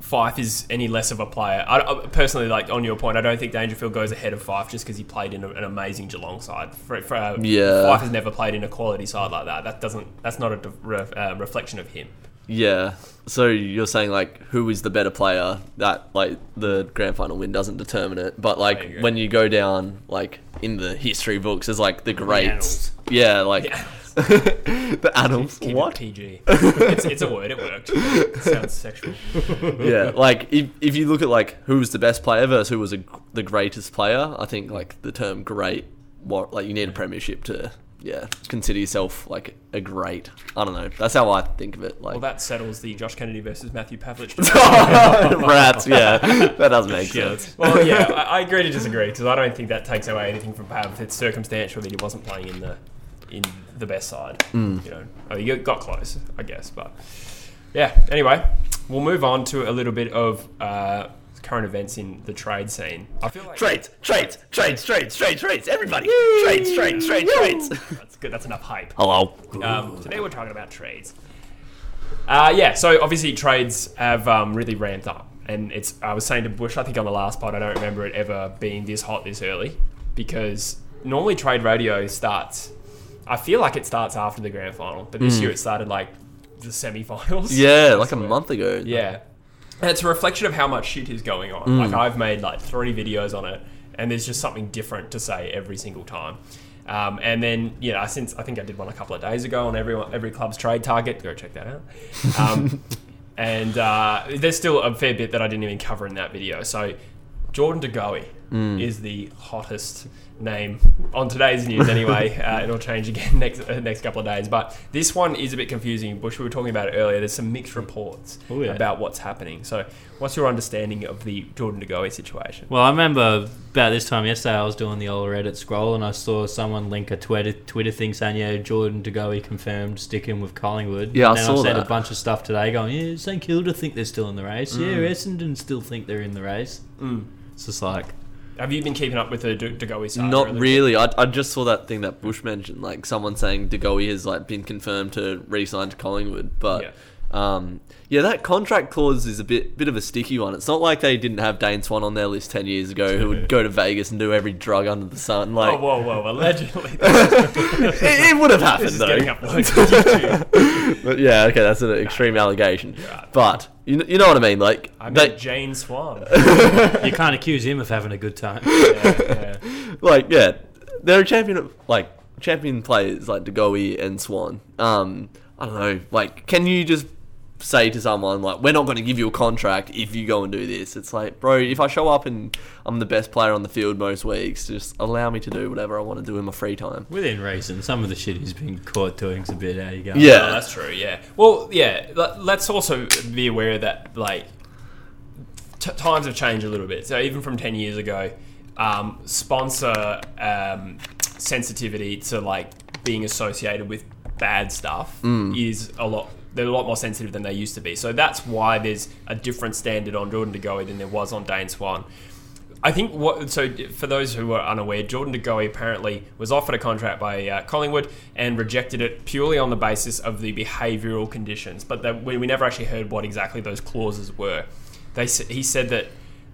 Speaker 1: Fife is any less of a player. I, I- personally, like on your point, I don't think Dangerfield goes ahead of Fife just because he played in a, an amazing Geelong side. For, for, uh,
Speaker 3: Yeah.
Speaker 1: Fife has never played in a quality side like that. That doesn't. That's not a de- re, uh, reflection of him.
Speaker 3: Yeah. So you're saying like who is the better player? That like the grand final win doesn't determine it, but like
Speaker 1: There you go.
Speaker 3: when you go down like in the history books as like the greats. yeah, like
Speaker 1: Yeah.
Speaker 3: the annals.
Speaker 1: Keep it
Speaker 3: What?
Speaker 1: PG. it's, it's a word. It worked. It sounds sexual.
Speaker 3: yeah, like if, if you look at like who was the best player versus who was a, the greatest player, I think like the term great, what like you need a premiership to yeah consider yourself like a great. I don't know. That's how I think of it. Like
Speaker 1: Well, that settles the Josh Kennedy versus Matthew Pavlich.
Speaker 3: rats. Yeah, that does make sense.
Speaker 1: Well, yeah, I, I agree to disagree because I don't think that takes away anything from Pav. It's circumstantial that he wasn't playing in the in the best side. You know, oh, he got close, I guess. But yeah, anyway, we'll move on to a little bit of uh, current events in the trade scene. I feel like
Speaker 3: Trades, trades, trades, trades, trades, trades, everybody. Trades, trades, trades, trades.
Speaker 1: that's good. That's enough hype.
Speaker 3: Hello.
Speaker 1: Um, today we're talking about trades. Uh, yeah, so obviously trades have um, really ramped up, and it's. I was saying to Bush, I think on the last pod, I don't remember it ever being this hot this early, because normally trade radio starts. I feel like it starts after the grand final, but this year it started like the semi-finals.
Speaker 3: Hmm. Yeah, like a month ago.
Speaker 1: Yeah. And it's a reflection of how much shit is going on. Like I've made like three videos on it, and there's just something different to say every single time. Um, and then you know, since I think I did one a couple of days ago on everyone every club's trade target, go check that out. Um, and uh, there's still a fair bit that I didn't even cover in that video. So Jordan De Goey
Speaker 2: Mm.
Speaker 1: is the hottest name on today's news anyway. uh, it'll change again next uh, next couple of days. But this one is a bit confusing. Bush, we were talking about it earlier. There's some mixed reports
Speaker 2: Oh, yeah.
Speaker 1: about what's happening. So what's your understanding of the Jordan De Goey situation?
Speaker 2: Well, I remember about this time yesterday, I was doing the old Reddit scroll and I saw someone link a Twitter Twitter thing saying, "Yeah, Jordan De Goey confirmed sticking with Collingwood."
Speaker 3: Yeah, I
Speaker 2: and then
Speaker 3: saw
Speaker 2: I said a
Speaker 3: that. Mm.
Speaker 2: bunch of stuff today, going, "Yeah, St Kilda think they're still in the race. Yeah, Essendon still think they're in the race." It's just like,
Speaker 1: Have you been keeping up with the De De Goey saga? a
Speaker 3: Not
Speaker 1: little
Speaker 3: really. I, I just saw that thing that Bush mentioned, like someone saying De Goey has like been confirmed to re-sign to Collingwood, but
Speaker 1: Yeah.
Speaker 3: Um, yeah, that contract clause is a bit bit of a sticky one. It's not like they didn't have Dane Swan on their list ten years ago, who would go to Vegas and do every drug under the sun. Like
Speaker 1: Oh, whoa, whoa, allegedly.
Speaker 3: it, it would have happened
Speaker 1: this is getting
Speaker 3: though.
Speaker 1: uploaded to YouTube.
Speaker 3: But yeah, okay, that's an extreme allegation.
Speaker 1: right.
Speaker 3: But you, kn- you know what I mean? Like
Speaker 1: I
Speaker 3: they-
Speaker 1: mean, Jane Swan.
Speaker 2: You can't accuse him of having a good time.
Speaker 1: Yeah, yeah.
Speaker 3: like yeah, they're a champion of like champion players like Degoe and Swan. Um, I don't know. Like, can you just say to someone like, "We're not going to give you a contract if you go and do this"? It's like, bro, if I show up and I'm the best player on the field most weeks, just allow me to do whatever I want to do in my free time.
Speaker 2: Within reason, some of the shit he's been caught doing's a bit out of your
Speaker 3: Yeah.
Speaker 1: Oh, that's true. Yeah. Well, yeah. le- Let's also be aware that like t- times have changed a little bit. So even from ten years ago, um, sponsor um, sensitivity to like being associated with bad stuff is a lot. They're a lot more sensitive than they used to be. So that's why there's a different standard on Jordan De Goey than there was on Dane Swan. I think what so for those who are unaware, Jordan De Goey apparently was offered a contract by uh, Collingwood and rejected it purely on the basis of the behavioural conditions. But that we, we never actually heard what exactly those clauses were. They s- he said that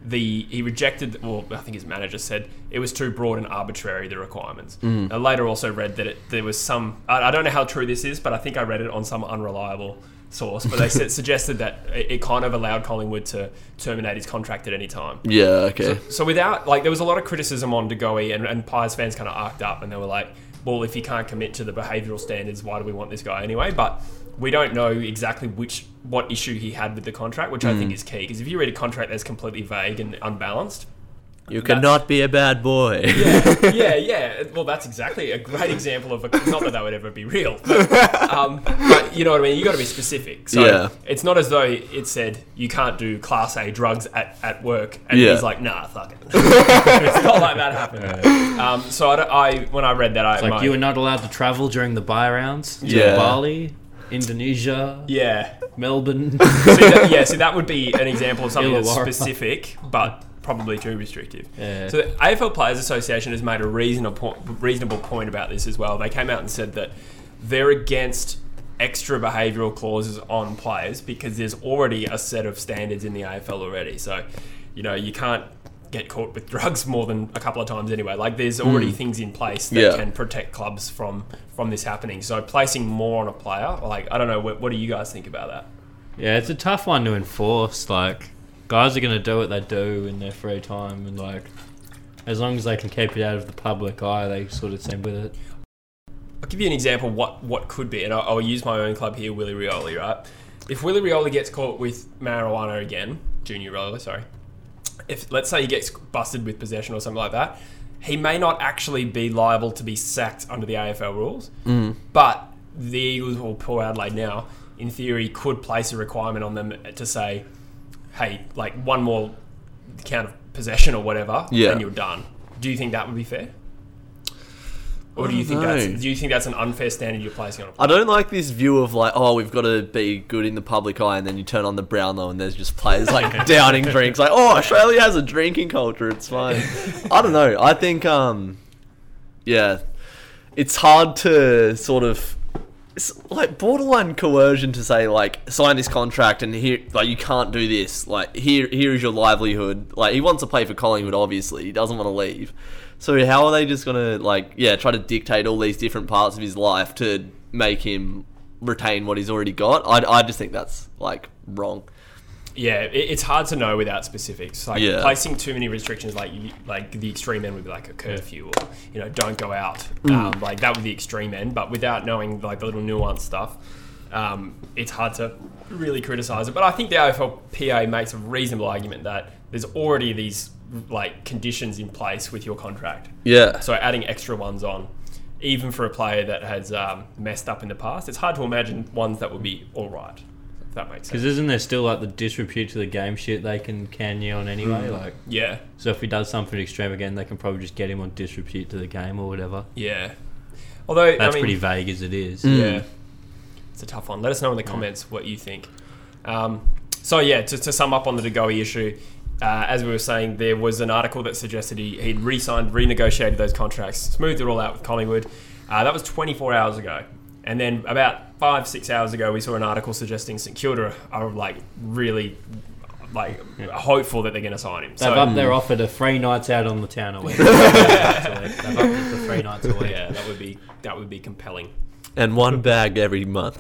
Speaker 1: the he rejected. Well, I think his manager said it was too broad and arbitrary the requirements. I later also read that it, there was some. I, I don't know how true this is, but I think I read it on some unreliable source. But they said, suggested that it, it kind of allowed Collingwood to terminate his contract at any time.
Speaker 3: Yeah. Okay.
Speaker 1: So without like there was a lot of criticism on Degoe and, and Pies fans kind of arced up and they were like, well, if he can't commit to the behavioural standards, why do we want this guy anyway? But we don't know exactly which what issue he had with the contract, which I think is key because if you read a contract that's completely vague and unbalanced,
Speaker 3: you cannot be a bad boy.
Speaker 1: yeah, yeah. Well, that's exactly a great example of a. Not that that would ever be real, but, um, but you know what I mean. You got to be specific. So
Speaker 3: Yeah.
Speaker 1: it's not as though it said you can't do class A drugs at, at work, and
Speaker 3: Yeah.
Speaker 1: he's like, nah, fuck it. it's not like that happened. Um, so I, don't- I- when I read that, I
Speaker 2: Like
Speaker 1: my-
Speaker 2: you were not allowed to travel during the buy rounds to
Speaker 3: Yeah.
Speaker 2: Bali, Indonesia,
Speaker 1: yeah,
Speaker 2: Melbourne.
Speaker 1: see that, yeah. So that would be an example of something that's
Speaker 2: Illawarra.
Speaker 1: specific, but. Probably too restrictive.
Speaker 2: Yeah.
Speaker 1: So the AFL Players Association has made a reasonable point, reasonable point about this as well. They came out and said that they're against extra behavioural clauses on players because there's already a set of standards in the AFL already. So, you know, you can't get caught with drugs more than a couple of times anyway. Like there's already
Speaker 2: Hmm.
Speaker 1: things in place that
Speaker 3: Yeah.
Speaker 1: can protect clubs from from this happening. So placing more on a player, like I don't know, what, what do you guys think about that?
Speaker 2: yeah, it's a tough one to enforce. Like guys are gonna do what they do in their free time, and like as long as they can keep it out of the public eye, they sort of seem with it.
Speaker 1: I'll give you an example of what, what could be, and I'll, I'll use my own club here, Willy Rioli, right? If Willy Rioli gets caught with marijuana again, Junior Rioli, sorry, if let's say he gets busted with possession or something like that, he may not actually be liable to be sacked under the AFL rules,
Speaker 3: Mm.
Speaker 1: but the Eagles or Port Adelaide now, in theory, could place a requirement on them to say, hey, like one more count of possession or whatever,
Speaker 3: Yeah.
Speaker 1: and you're done. Do you think that would be fair? Or do you
Speaker 3: I
Speaker 1: think
Speaker 3: don't know.
Speaker 1: that's do you think that's an unfair standard you're placing on? A,
Speaker 3: I don't like this view of like, oh, we've got to be good in the public eye, and then you turn on the Brownlow and there's just players like downing drinks. Like, oh, Australia has a drinking culture. It's fine. I don't know. I think, um, yeah, it's hard to sort of. It's like borderline coercion to say like sign this contract and here like you can't do this like here here is your livelihood like he wants to play for Collingwood obviously he doesn't want to leave so how are they just gonna like yeah try to dictate all these different parts of his life to make him retain what he's already got I, I just think that's like wrong
Speaker 1: yeah, it, it's hard to know without specifics. Like
Speaker 3: Yeah.
Speaker 1: placing too many restrictions, like you, like the extreme end would be like a curfew or you know don't go out.
Speaker 3: Mm.
Speaker 1: Um, like that would be the extreme end, but without knowing like the little nuanced stuff, um, it's hard to really criticize it. But I think the AFLPA makes a reasonable argument that there's already these like conditions in place with your contract.
Speaker 3: yeah
Speaker 1: So adding extra ones on, even for a player that has um, messed up in the past, it's hard to imagine ones that would be all right. If that makes
Speaker 2: Because
Speaker 1: sense.
Speaker 2: isn't there still like the disrepute to the game shit they can can you on anyway?
Speaker 1: Hmm.
Speaker 2: Like
Speaker 1: Yeah,
Speaker 2: so if he does something extreme again, they can probably just get him on disrepute to the game or whatever.
Speaker 1: yeah. Although
Speaker 2: That's
Speaker 1: I mean,
Speaker 2: pretty vague as it is.
Speaker 3: Hmm.
Speaker 1: yeah, it's a tough one. Let us know in the comments what you think. Um, so yeah, to, to sum up on the Degoe issue, uh, as we were saying, there was an article that suggested he, he'd re-signed, renegotiated those contracts, smoothed it all out with Collingwood. Uh, that was 24 hours ago. And then about five, six hours ago, we saw an article suggesting St Kilda are like really like hopeful that they're going to sign him.
Speaker 2: They've
Speaker 1: so
Speaker 2: up their offer to three nights out on the town away. They've upped it to three nights away.
Speaker 1: yeah, that would be that would be compelling.
Speaker 4: And one bag every month.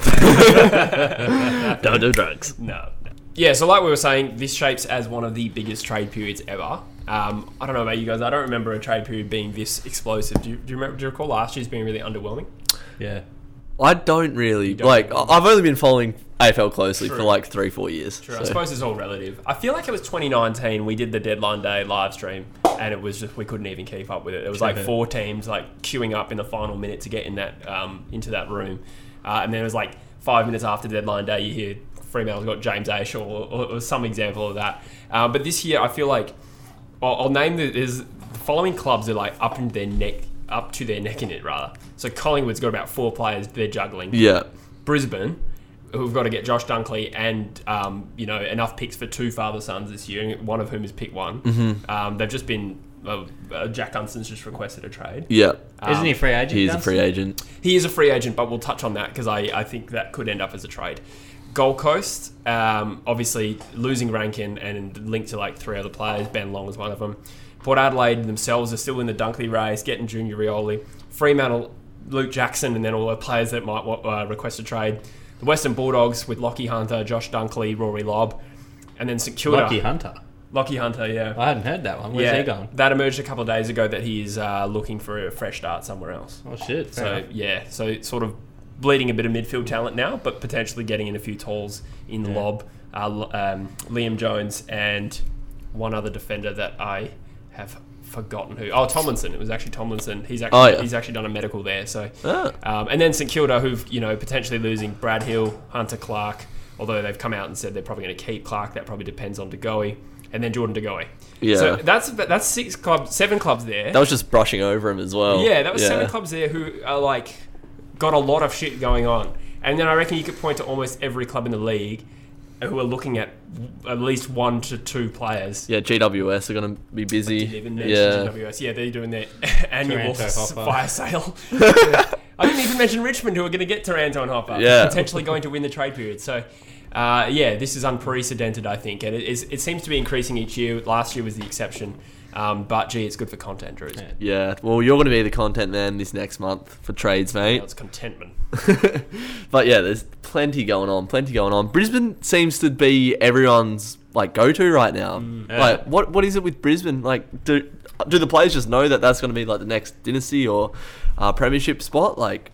Speaker 4: Don't do drugs.
Speaker 1: No. Yeah, so like we were saying, this shapes as one of the biggest trade periods ever. Um, I don't know about you guys. I don't remember a trade period being this explosive. Do you, do you remember? Do you recall last year's being really underwhelming?
Speaker 2: Yeah.
Speaker 3: I don't really
Speaker 1: don't
Speaker 3: like.
Speaker 1: really-
Speaker 3: I- I've only been following AFL closely for
Speaker 1: True.
Speaker 3: like three, four years.
Speaker 1: True. I
Speaker 3: so-
Speaker 1: suppose it's all relative. I feel like it was 2019. We did the deadline day live stream, and it was just we couldn't even keep up with it. It was like four teams like queuing up in the final minute to get in that um, into that room, uh, and then it was like five minutes after deadline day, you hear Fremantle's got James Ash or, or, or some example of that. Uh, but this year, I feel like I'll, I'll name the, is the following clubs are like up in their neck, up to their neck in it rather. So Collingwood's got about four players they're juggling.
Speaker 3: yeah.
Speaker 1: Brisbane, who've got to get Josh Dunkley and um, you know enough picks for two father sons this year, one of whom is pick one.
Speaker 2: Mm-hmm.
Speaker 1: Um, they've just been uh, uh, Jack Dunston's just requested a trade.
Speaker 3: Yeah.
Speaker 2: Isn't he a free agent?
Speaker 3: He's a
Speaker 2: Dunstan?
Speaker 3: free agent.
Speaker 1: He is a free agent, but we'll touch on that because I, I think that could end up as a trade. Gold Coast, um, obviously losing Rankin and linked to like three other players. Ben Long is one of them. Port Adelaide themselves are still in the Dunkley race, getting Junior Rioli. Fremantle, Luke Jackson, and then all the players that might wa- uh, request a trade. The Western Bulldogs with Lockie Hunter, Josh Dunkley, Rory Lobb, and then St Kilda.
Speaker 2: Lucky Hunter.
Speaker 1: Lockie Hunter, yeah.
Speaker 2: I hadn't heard that one. Where's
Speaker 1: yeah,
Speaker 2: he going?
Speaker 1: that emerged a couple of days ago that he is uh, looking for a fresh start somewhere else.
Speaker 2: Oh shit. fair
Speaker 1: So
Speaker 2: enough.
Speaker 1: yeah, so it's sort of bleeding a bit of midfield talent now, but potentially getting in a few talls in the lob. Uh, L- um, Liam Jones and one other defender that I have forgotten who. Oh, Tomlinson. It was actually Tomlinson. He's actually
Speaker 3: Oh, yeah.
Speaker 1: he's actually done a medical there. So
Speaker 3: Ah.
Speaker 1: um, and then St Kilda, who've you know potentially losing Brad Hill, Hunter Clark. Although they've come out and said they're probably going to keep Clark, that probably depends on DeGoey, and then Jordan DeGoey.
Speaker 3: Yeah.
Speaker 1: So that's that's six clubs, seven clubs there.
Speaker 3: That was just brushing over him as well.
Speaker 1: Yeah, that was seven clubs there who are like got a lot of shit going on, and then I reckon you could point to almost every club in the league who are looking at at least one to two players.
Speaker 3: Yeah, GWS are gonna be busy.
Speaker 1: Didn't even mention
Speaker 3: Yeah.
Speaker 1: GWS. yeah, they're doing their annual
Speaker 2: Taranto
Speaker 1: s-
Speaker 2: Hopper.
Speaker 1: fire sale. I didn't even mention Richmond, who are going to get Taranto and Hopper,
Speaker 3: Yeah.
Speaker 1: potentially going to win the trade period. So, uh, yeah, this is unprecedented, I think, and it, is, it seems to be increasing each year. Last year was the exception, um, but gee, it's good for content, Drew.
Speaker 2: Yeah.
Speaker 3: Yeah. Well, you're gonna be the content man this next month for trades, mate.
Speaker 1: It's contentment.
Speaker 3: But yeah, there's plenty going on, plenty going on. Brisbane seems to be everyone's like go to right now.
Speaker 2: Mm,
Speaker 3: Like what what is it with Brisbane? Like do do the players just know that that's going to be like the next dynasty or uh, premiership spot? Like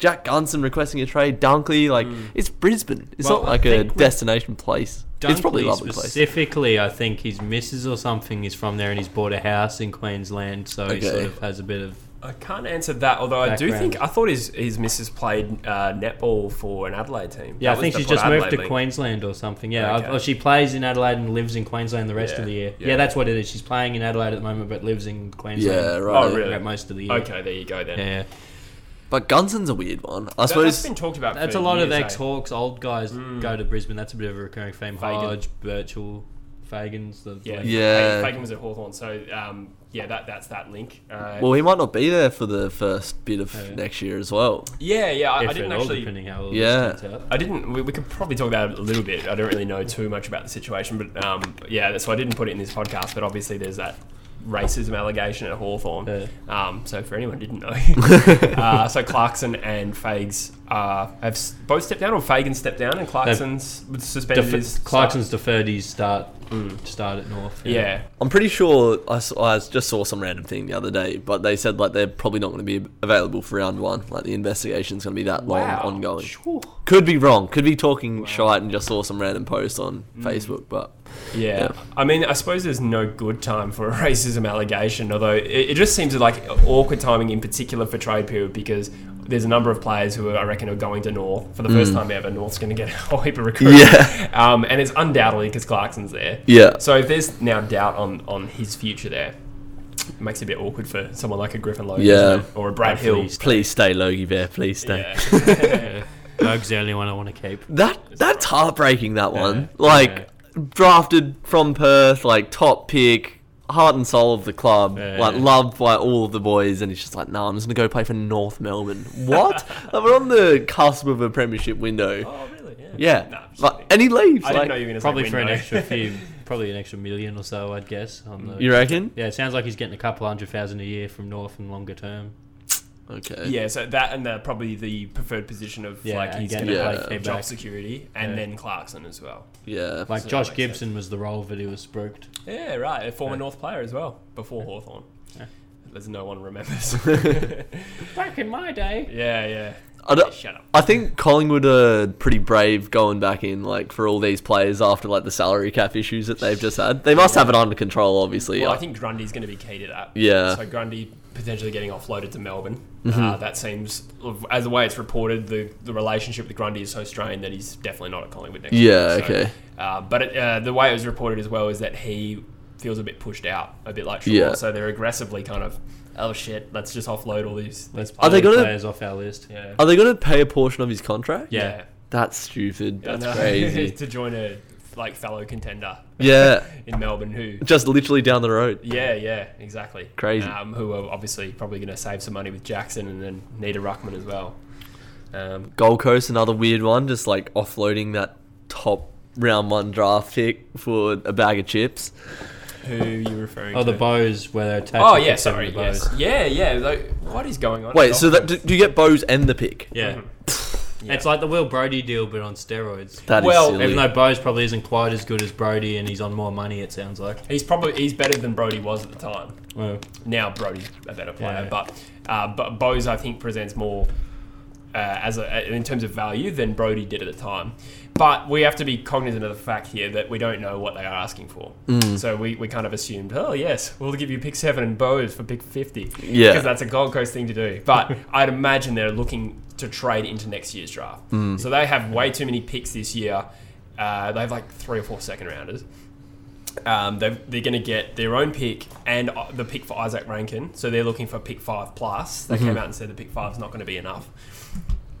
Speaker 3: Jack Gunson requesting a trade, Dunkley. Like it's Brisbane. It's
Speaker 2: Mm. Well,
Speaker 3: not
Speaker 2: I
Speaker 3: like a
Speaker 2: think with
Speaker 3: destination place. it's probably a
Speaker 2: Dunkley
Speaker 3: lovely place.
Speaker 2: Specifically, I think his missus or something is from there, and he's bought a house in Queensland, so he
Speaker 3: Okay.
Speaker 2: sort of has a bit of.
Speaker 1: I can't answer that, although I do
Speaker 2: Background.
Speaker 1: think I thought his his missus played uh, netball for an Adelaide team. That
Speaker 2: Yeah, I
Speaker 1: was
Speaker 2: think
Speaker 1: the
Speaker 2: she's just
Speaker 1: Port
Speaker 2: moved
Speaker 1: Adelaide
Speaker 2: to
Speaker 1: league.
Speaker 2: Queensland or something. Yeah,
Speaker 1: Okay.
Speaker 2: I, or she plays in Adelaide and lives in Queensland the rest
Speaker 1: Yeah,
Speaker 2: of the year.
Speaker 1: yeah.
Speaker 2: Yeah. that's what it is. She's playing in Adelaide at the moment, but lives in Queensland.
Speaker 3: Yeah, right.
Speaker 1: Oh, really?
Speaker 2: about most of the year.
Speaker 1: Okay, there you go then.
Speaker 2: Yeah,
Speaker 3: But Gunson's a weird one. I
Speaker 1: That,
Speaker 3: suppose
Speaker 1: has been talked about.
Speaker 2: that's
Speaker 1: for
Speaker 2: a lot of
Speaker 1: years, eh? Hmm.
Speaker 2: ex-Hawks, old guys go to Brisbane. That's a bit of a recurring theme.
Speaker 1: Fagan.
Speaker 2: Hodge, Birchall, Fagans. The,
Speaker 1: eh? Yeah,
Speaker 2: like-
Speaker 3: Yeah.
Speaker 1: Fagan- Fagan was at Hawthorn, so um, yeah, that that's that link. Uh,
Speaker 3: well, he might not be there for the first bit of
Speaker 2: Yeah.
Speaker 3: next year as well.
Speaker 1: yeah, yeah, I,
Speaker 2: if
Speaker 1: I didn't
Speaker 2: at all,
Speaker 1: actually.
Speaker 2: depending how all
Speaker 3: Yeah.
Speaker 2: this turns out.
Speaker 1: I didn't. We, we could probably talk about it a little bit. I don't really know too much about the situation, but um, yeah, so I didn't put it in this podcast. But obviously, there's that racism allegation at Hawthorn.
Speaker 2: Yeah.
Speaker 1: Um, so for anyone who didn't know, uh, so Clarkson and Fags uh, have s- both stepped down, or Fagan stepped down, and Clarkson's suspended
Speaker 2: Def-
Speaker 1: his
Speaker 2: Clarkson's deferred his start start at North.
Speaker 1: Hmm. Yeah.
Speaker 3: I'm pretty sure I, s- I just saw some random thing the other day, but they said like they're probably not going to be available for round one. Like the investigation's going to be that
Speaker 1: Wow.
Speaker 3: long ongoing.
Speaker 1: Sure.
Speaker 3: Could be wrong. Could be talking shite and just saw some random post on Facebook. But
Speaker 1: Yeah.
Speaker 3: Yeah.
Speaker 1: I mean, I suppose there's no good time for a racism allegation, although it, it just seems like awkward timing in particular for trade period because there's a number of players who are, I reckon are going to North for the first time ever. North's going to get a whole heap of recruits.
Speaker 3: Mm. Yeah.
Speaker 1: Um, and it's undoubtedly because Clarkson's there.
Speaker 3: Yeah.
Speaker 1: So if there's now doubt on, on his future there, it makes it a bit awkward for someone like a Griffin Logan
Speaker 3: Yeah.
Speaker 1: isn't it? or a Brad Hill.
Speaker 2: Please.
Speaker 4: Please stay, Logie Bear. Please stay.
Speaker 1: Yeah.
Speaker 2: Doug's the only one I want to keep.
Speaker 3: that that's heartbreaking. That one,
Speaker 2: Yeah.
Speaker 3: like drafted from Perth, like top pick, heart and soul of the club,
Speaker 1: Yeah,
Speaker 3: like
Speaker 1: yeah.
Speaker 3: loved by all of the boys, and he's just like, "No, I'm just gonna go play for North Melbourne." What? like, we're on the cusp of a premiership window.
Speaker 1: Oh, really?
Speaker 3: Yeah,
Speaker 1: Nah, I'm just
Speaker 3: Like,
Speaker 1: kidding.
Speaker 3: and he leaves.
Speaker 1: I didn't
Speaker 3: like-
Speaker 1: know you were going to say
Speaker 2: Probably for an
Speaker 1: window.
Speaker 2: extra few, probably an extra million or so, I'd guess. On the,
Speaker 3: you reckon?
Speaker 2: yeah, it sounds like he's getting a couple hundred thousand a year from North and longer term.
Speaker 3: Okay.
Speaker 1: Yeah, so that and the, probably the preferred position of
Speaker 2: Yeah,
Speaker 1: like
Speaker 2: and
Speaker 1: he's
Speaker 2: get
Speaker 1: going to
Speaker 3: it, like,
Speaker 1: play
Speaker 2: feedback.
Speaker 1: job security and
Speaker 2: Yeah.
Speaker 1: then Clarkson as well.
Speaker 3: Yeah.
Speaker 2: Like
Speaker 1: So that
Speaker 2: Josh
Speaker 1: makes
Speaker 2: Gibson was the role that he was spooked.
Speaker 1: Yeah, right. A former
Speaker 2: Yeah.
Speaker 1: North player as well before Hawthorn.
Speaker 2: Yeah.
Speaker 1: As no one remembers.
Speaker 2: Back in my day.
Speaker 1: yeah, yeah.
Speaker 3: I don't-
Speaker 1: Shut up.
Speaker 3: I think Collingwood are pretty brave going back in, like for all these players after like the salary cap issues that they've just had. They must have it under control, obviously.
Speaker 1: Well, I think Grundy's going to be key to that.
Speaker 3: Yeah. Mm-hmm.
Speaker 1: So Grundy potentially getting offloaded to Melbourne. Uh, that seems, as the way it's reported, the, the relationship with Grundy is so strained that he's definitely not at Collingwood next year.
Speaker 3: Yeah,
Speaker 1: So,
Speaker 3: okay.
Speaker 1: Uh, but it, uh, the way it was reported as well is that he feels a bit pushed out, a bit like Shaw.
Speaker 3: Yeah.
Speaker 1: So they're aggressively kind of, oh shit, let's just offload all these. Let's
Speaker 2: Let's
Speaker 1: play.
Speaker 2: play
Speaker 3: Are they gonna-
Speaker 2: players off our list.
Speaker 1: Yeah.
Speaker 3: Are they going to pay a portion of his contract?
Speaker 2: Yeah.
Speaker 3: That's stupid.
Speaker 1: Yeah,
Speaker 3: That's
Speaker 1: no.
Speaker 3: crazy.
Speaker 1: uh, to join a like fellow contender
Speaker 3: yeah.
Speaker 1: in Melbourne who
Speaker 3: Just literally down the road.
Speaker 1: Yeah, yeah, exactly.
Speaker 3: Crazy.
Speaker 1: Um, who are obviously probably going to save some money with Jackson and then Nita Ruckman as well. Um,
Speaker 3: Gold Coast, another weird one, just like offloading that top round one draft pick for a bag of chips.
Speaker 1: who are you referring
Speaker 2: Oh,
Speaker 1: to?
Speaker 2: the bows where they're attached.
Speaker 1: Oh,
Speaker 2: to
Speaker 1: yeah,
Speaker 2: the seven
Speaker 1: sorry.
Speaker 2: of the bows.
Speaker 1: Yes. Yeah, yeah. Like, what is going on?
Speaker 3: Wait, so that do do you get Bose and the pick?
Speaker 2: Yeah.
Speaker 1: Yeah.
Speaker 2: It's like the Will Brody deal, but on steroids.
Speaker 3: That is
Speaker 1: Well,
Speaker 3: silly.
Speaker 2: Even though Bose probably isn't quite as good as Brody and he's on more money, it sounds like.
Speaker 1: He's probably he's better than Brody was at the time.
Speaker 2: Well,
Speaker 1: Now Brody's a better player,
Speaker 2: Yeah.
Speaker 1: but uh, but Bose I think presents more uh, as a, in terms of value than Brody did at the time. But we have to be cognizant of the fact here that we don't know what they are asking for. So we, we kind of assumed, oh yes, we'll give you pick seven and Bose for pick fifty.
Speaker 3: Yeah.
Speaker 1: because that's a Gold Coast thing to do. But I'd imagine they're looking to trade into next year's draft. So they have way too many picks this year. Uh, they have like three or four second rounders. Um, they've, they're going to get their own pick and uh, the pick for Isaac Rankin. So they're looking for pick five plus.
Speaker 3: Mm-hmm.
Speaker 1: They came out and said the pick five's not going to be enough.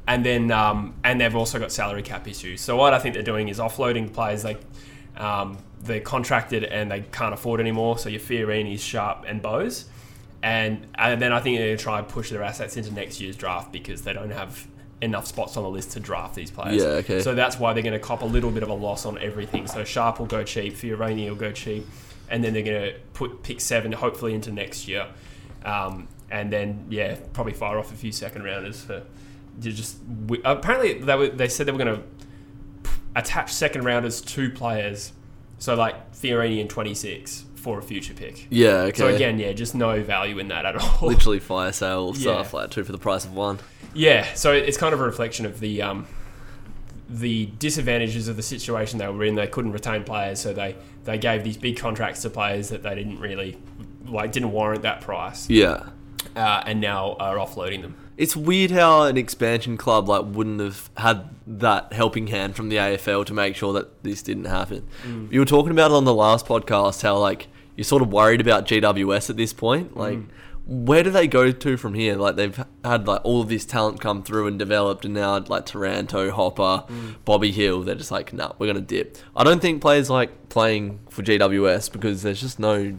Speaker 1: And then um, and they've also got salary cap issues. So what I think they're doing is offloading players like um, they're contracted and they can't afford anymore. So your Fiorini's, Sharp, and Bose. And, and then I think they're going to try and push their assets into next year's draft because they don't have enough spots on the list to draft these players.
Speaker 3: Yeah, okay.
Speaker 1: So so that's why they're going to cop a little bit of a loss on everything. So Sharp will go cheap, Fiorini will go cheap, and then they're going to put pick seven hopefully into next year, um, and then yeah, probably fire off a few second rounders for to just. We, apparently they were, they said they were going to attach second rounders to players, so like Fiorini in twenty six for a future pick.
Speaker 3: yeah, okay.
Speaker 1: So again, yeah, just no value in that at all.
Speaker 3: literally fire sale
Speaker 1: Yeah.
Speaker 3: stuff like two for the price of one.
Speaker 1: Yeah, so it's kind of a reflection of the um, the disadvantages of the situation they were in. They couldn't retain players, so they they gave these big contracts to players that they didn't really like, didn't warrant that price,
Speaker 3: Yeah.
Speaker 1: uh, and now are offloading them.
Speaker 3: It's weird how an expansion club like wouldn't have had that helping hand from the AFL to make sure that this didn't happen.
Speaker 2: Mm.
Speaker 3: You were talking about it on the last podcast how like you're sort of worried about GWS at this
Speaker 2: Mm.
Speaker 3: point. Like where do they go to from here? Like they've had like all of this talent come through and developed and now like Taranto, Hopper,
Speaker 2: Mm.
Speaker 3: Bobby Hill, they're just like, nah, we're gonna dip. I don't think players like playing for GWS because there's just no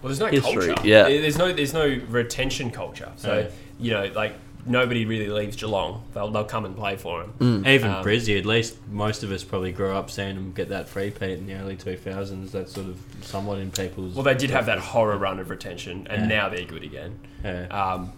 Speaker 1: Well, there's no
Speaker 3: History,
Speaker 1: culture.
Speaker 3: yeah.
Speaker 1: There- there's no there's no retention culture. So
Speaker 2: Yeah.
Speaker 1: you know, like nobody really leaves Geelong. They'll they'll come and play for him.
Speaker 3: Mm.
Speaker 2: even
Speaker 1: Um,
Speaker 2: Brizzy, at least most of us probably grew up seeing him get that free paint in the early 2000s. That's sort of somewhat in people's.
Speaker 1: Well, they did have that horror run of retention, and
Speaker 2: Yeah.
Speaker 1: now they're good again.
Speaker 2: Yeah.
Speaker 1: um,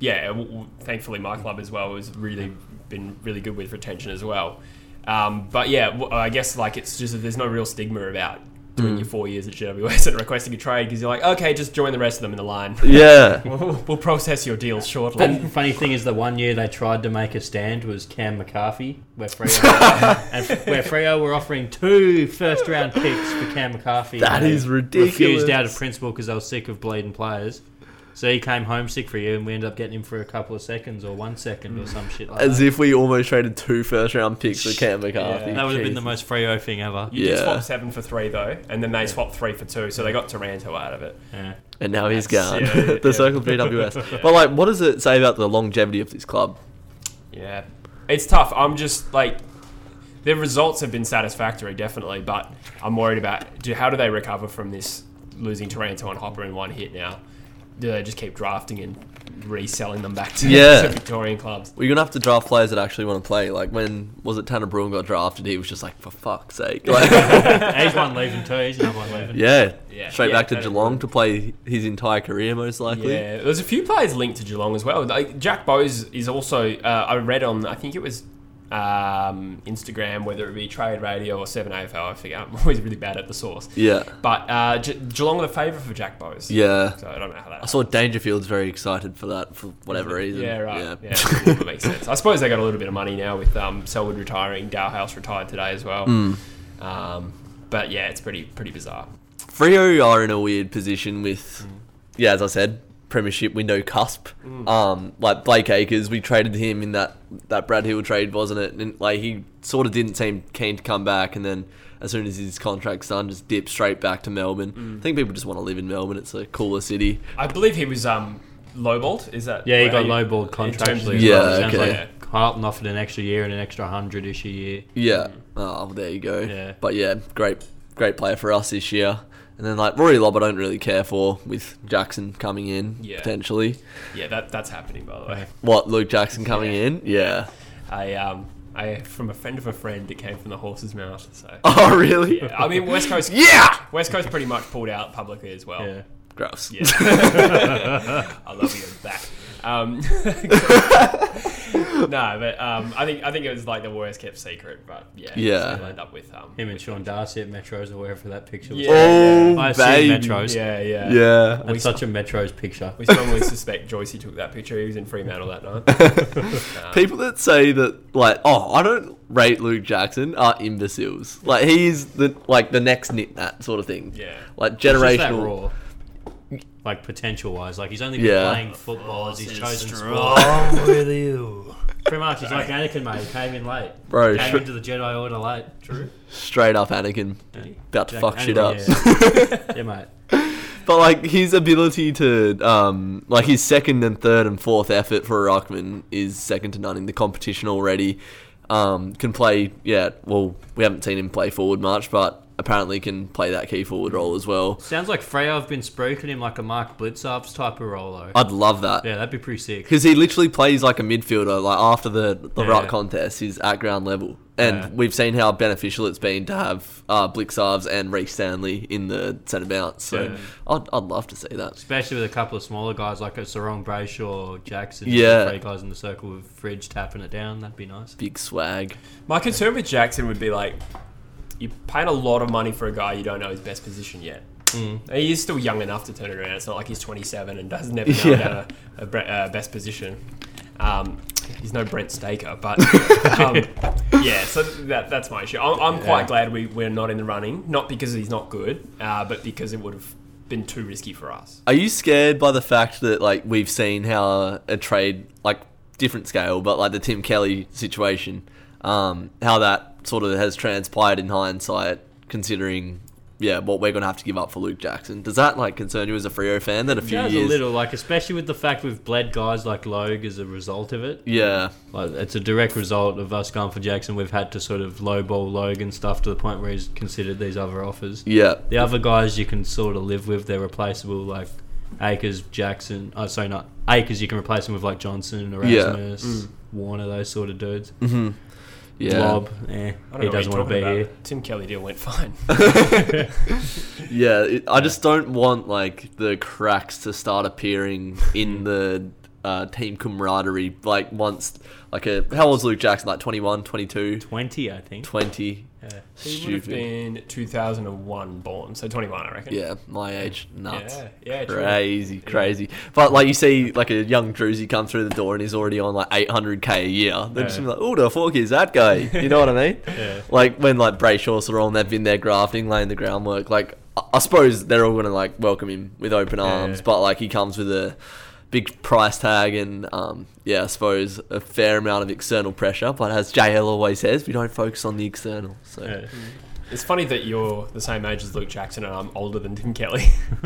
Speaker 1: yeah, w- w- thankfully my club as well has really been really good with retention as well. Um, but yeah, w- I guess like it's just that there's no real stigma about doing your four years at GWS and requesting a trade because you're like, okay, just join the rest of them in the line.
Speaker 3: Yeah.
Speaker 1: we'll, we'll process your deals shortly.
Speaker 2: And the funny thing is, the one year they tried to make a stand was Cam McCarthy, where Freo, and f- where Freo were offering two first round picks for Cam McCarthy.
Speaker 3: That
Speaker 2: They
Speaker 3: is ridiculous.
Speaker 2: Refused out of principle because they were sick of bleeding players. So he came homesick for you, and we ended up getting him for a couple of seconds or one second or some shit like
Speaker 3: As
Speaker 2: that.
Speaker 3: if we almost traded two first round picks for Cam McCarthy.
Speaker 2: that would have been the
Speaker 3: Jesus.
Speaker 2: most Freo thing ever.
Speaker 1: you did
Speaker 3: Yeah.
Speaker 1: swap seven for three though, and then they swapped three for two, so they got Taranto out of it.
Speaker 2: Yeah.
Speaker 3: And now he's gone.
Speaker 1: That's- yeah, yeah,
Speaker 3: the
Speaker 1: yeah.
Speaker 3: circle of BWS. But like, what does it say about the longevity of this club?
Speaker 1: Yeah, it's tough. I'm just like their results have been satisfactory, definitely, but I'm worried about do, how do they recover from this losing to Antoine Hopper in one hit now. Do they just keep drafting and reselling them back to,
Speaker 3: Yeah.
Speaker 1: to Victorian clubs?
Speaker 3: Well, you're gonna have to draft players that actually want to play. Like when was it Tanner Bruin got drafted? He was just like, for fuck's sake. Like,
Speaker 2: he's one leaving too. He's another one leaving.
Speaker 3: yeah,
Speaker 1: Yeah.
Speaker 3: straight
Speaker 1: Yeah,
Speaker 3: back to
Speaker 1: Tanner
Speaker 3: Geelong to play his entire career, most likely.
Speaker 1: Yeah, there's a few players linked to Geelong as well. Like Jack Bowes is also. Uh, I read on I think it was um, Instagram, whether it be Trade Radio or Seven AFL. I forget. I'm always really bad at the source.
Speaker 3: Yeah,
Speaker 1: But uh, Ge- Geelong are the favourite for Jack Bowes.
Speaker 3: yeah.
Speaker 1: So I don't know how that.
Speaker 3: I saw Dangerfield's very excited for that for whatever reason.
Speaker 1: Yeah, right. Yeah, that makes sense. I suppose they got a little bit of money now with um, Selwood retiring, Dowhouse retired today as well.
Speaker 3: Hmm.
Speaker 1: Um, but yeah, it's pretty pretty bizarre.
Speaker 3: Frio are in a weird position with, yeah, as I said, premiership window cusp.
Speaker 1: Mm.
Speaker 3: Um, like Blake Acres, we traded him in that that Brad Hill trade, wasn't it? And like he sort of didn't seem keen to come back, and then as soon as his contract's done, just dipped straight back to Melbourne.
Speaker 1: Mm.
Speaker 3: I think people just want to live in Melbourne; it's a cooler city.
Speaker 1: I believe he was um, lowballed. Is that
Speaker 2: Yeah, he got
Speaker 1: are you-
Speaker 2: lowballed
Speaker 1: in terms of-
Speaker 2: contractually. as
Speaker 3: Yeah,
Speaker 2: well. It sounds
Speaker 3: okay.
Speaker 2: Like Carlton offered an extra year and an extra hundred ish a year.
Speaker 1: Mm.
Speaker 3: Yeah. Oh, there you go.
Speaker 2: Yeah.
Speaker 3: But yeah, great, great player for us this year. And then like Rory Lobb, I don't really care for with Jackson coming in
Speaker 1: Yeah.
Speaker 3: potentially.
Speaker 1: Yeah, that, that's happening by the way.
Speaker 3: What Luke Jackson coming
Speaker 1: Yeah.
Speaker 3: in? Yeah.
Speaker 1: I um I from a friend of a friend it came from the horse's mouth. So
Speaker 3: Oh really?
Speaker 1: yeah, I mean West Coast
Speaker 3: Yeah.
Speaker 1: West Coast pretty much pulled out publicly as well.
Speaker 2: Yeah.
Speaker 3: Gross.
Speaker 1: Yeah. I love you back. Um, no, but um, I think I think it was like the worst kept secret. But yeah, it's
Speaker 3: Yeah.
Speaker 1: gonna end up with um,
Speaker 2: Him and Sean Darcy at Metros or wherever that picture was.
Speaker 1: Yeah. Oh,
Speaker 2: I assume
Speaker 3: babe.
Speaker 2: Metros.
Speaker 1: yeah, yeah,
Speaker 3: Yeah.
Speaker 2: That's such a Metros picture.
Speaker 1: We strongly suspect Joycey took that picture. He was in Fremantle that night.
Speaker 3: People that say that, like, oh, I don't rate Luke Jackson, are imbeciles. Like, he's the like the next Nick Nat sort of thing.
Speaker 1: Yeah.
Speaker 3: Like
Speaker 2: It's just that
Speaker 3: generational.
Speaker 2: raw. Like potential wise, like he's only been
Speaker 3: Yeah.
Speaker 2: playing football as his chosen
Speaker 4: strong
Speaker 2: sport.
Speaker 4: with you.
Speaker 2: Pretty much, he's like Anakin, mate. He came in late.
Speaker 3: Bro,
Speaker 2: came
Speaker 3: sure.
Speaker 2: into the Jedi Order late. True.
Speaker 3: Straight up Anakin, about to fuck shit up.
Speaker 2: Yeah, yeah mate.
Speaker 3: But like his ability to, um, like his second and third and fourth effort for a Rockman is second to none in the competition already. Um, can play, yeah. Well, we haven't seen him play forward much, but apparently can play that key forward role as well.
Speaker 2: Sounds like Freya have been spruiking him like a Mark Blitzarves type of role, though.
Speaker 3: I'd love that
Speaker 2: yeah, that'd be pretty sick.
Speaker 3: because he literally plays like a midfielder. Like after the the
Speaker 2: Yeah.
Speaker 3: ruck contest, he's at ground level, and
Speaker 2: Yeah.
Speaker 3: we've seen how beneficial it's been to have uh, Blixarves and Reece Stanley in the centre bounce. So
Speaker 2: Yeah.
Speaker 3: I'd, I'd love to see that.
Speaker 2: Especially with a couple of smaller guys like a Sarong Brayshaw, Jackson,
Speaker 3: Yeah.
Speaker 2: three guys in the circle with Fridge tapping it down. That'd be nice.
Speaker 3: Big swag.
Speaker 1: My concern with Jackson would be like, you paid a lot of money for a guy you don't know his best position yet. Mm. He is still young enough to turn it around. It's not like he's 27 and does never know
Speaker 3: Yeah.
Speaker 1: about a, a bre- uh, best position. Um, he's no Brent Staker, but um, yeah. So that, that's my issue. I'm, I'm
Speaker 2: Yeah.
Speaker 1: quite glad we, we're not in the running, not because he's not good, uh, but because it would have been too risky for us.
Speaker 3: Are you scared by the fact that like we've seen how a trade like different scale, but like the Tim Kelly situation, um, how that sort of has transpired in hindsight, considering yeah what we're gonna have to give up for Luke Jackson? Does that like concern you as a Frio fan that a few
Speaker 2: Yeah, a
Speaker 3: years?
Speaker 2: little like, especially with the fact we've bled guys like Logue as a result of it.
Speaker 3: yeah,
Speaker 2: Like, it's a direct result of us going for Jackson. We've had to sort of lowball Logue and stuff to the point where he's considered these other offers.
Speaker 3: yeah,
Speaker 2: The other guys you can sort of live with; they're replaceable. Like Akers, Jackson. Oh, sorry, not Akers. You can replace them with like Johnson,
Speaker 3: Yeah.
Speaker 2: Erasmus, Warner, those sort of dudes.
Speaker 3: yeah,
Speaker 2: Lob, eh,
Speaker 1: I don't
Speaker 2: he
Speaker 1: know what
Speaker 2: doesn't
Speaker 1: you're
Speaker 2: want to be
Speaker 1: talking
Speaker 2: here.
Speaker 1: about. Tim Kelly deal went fine.
Speaker 3: yeah. It, I just don't want like the cracks to start appearing
Speaker 2: Hmm.
Speaker 3: in the. Uh, team camaraderie like once like a how old was Luke Jackson like 21 22
Speaker 2: Twenty, I think.
Speaker 3: 20
Speaker 2: Yeah.
Speaker 1: He would have
Speaker 3: stupid
Speaker 1: been 2001 born, so 21, I reckon.
Speaker 3: Yeah, my age, nuts.
Speaker 1: Yeah, yeah, true.
Speaker 3: Crazy, crazy. But like you see, like a young Druzy come through the door and he's already on like 800k a year. They're just
Speaker 2: Yeah.
Speaker 3: gonna be like, "Oh, the fuck is that guy?" You know what I mean?
Speaker 2: Yeah.
Speaker 3: Like when like Brayshaw are on, they've been there grafting, laying the groundwork. Like I- I suppose they're all gonna like welcome him with open arms, but like he comes with a big price tag and um, yeah, I suppose a fair amount of external pressure. But as JL always says, we don't focus on the external. So
Speaker 2: Yeah.
Speaker 1: It's funny that you're the same age as Luke Jackson and I'm older than Tim Kelly.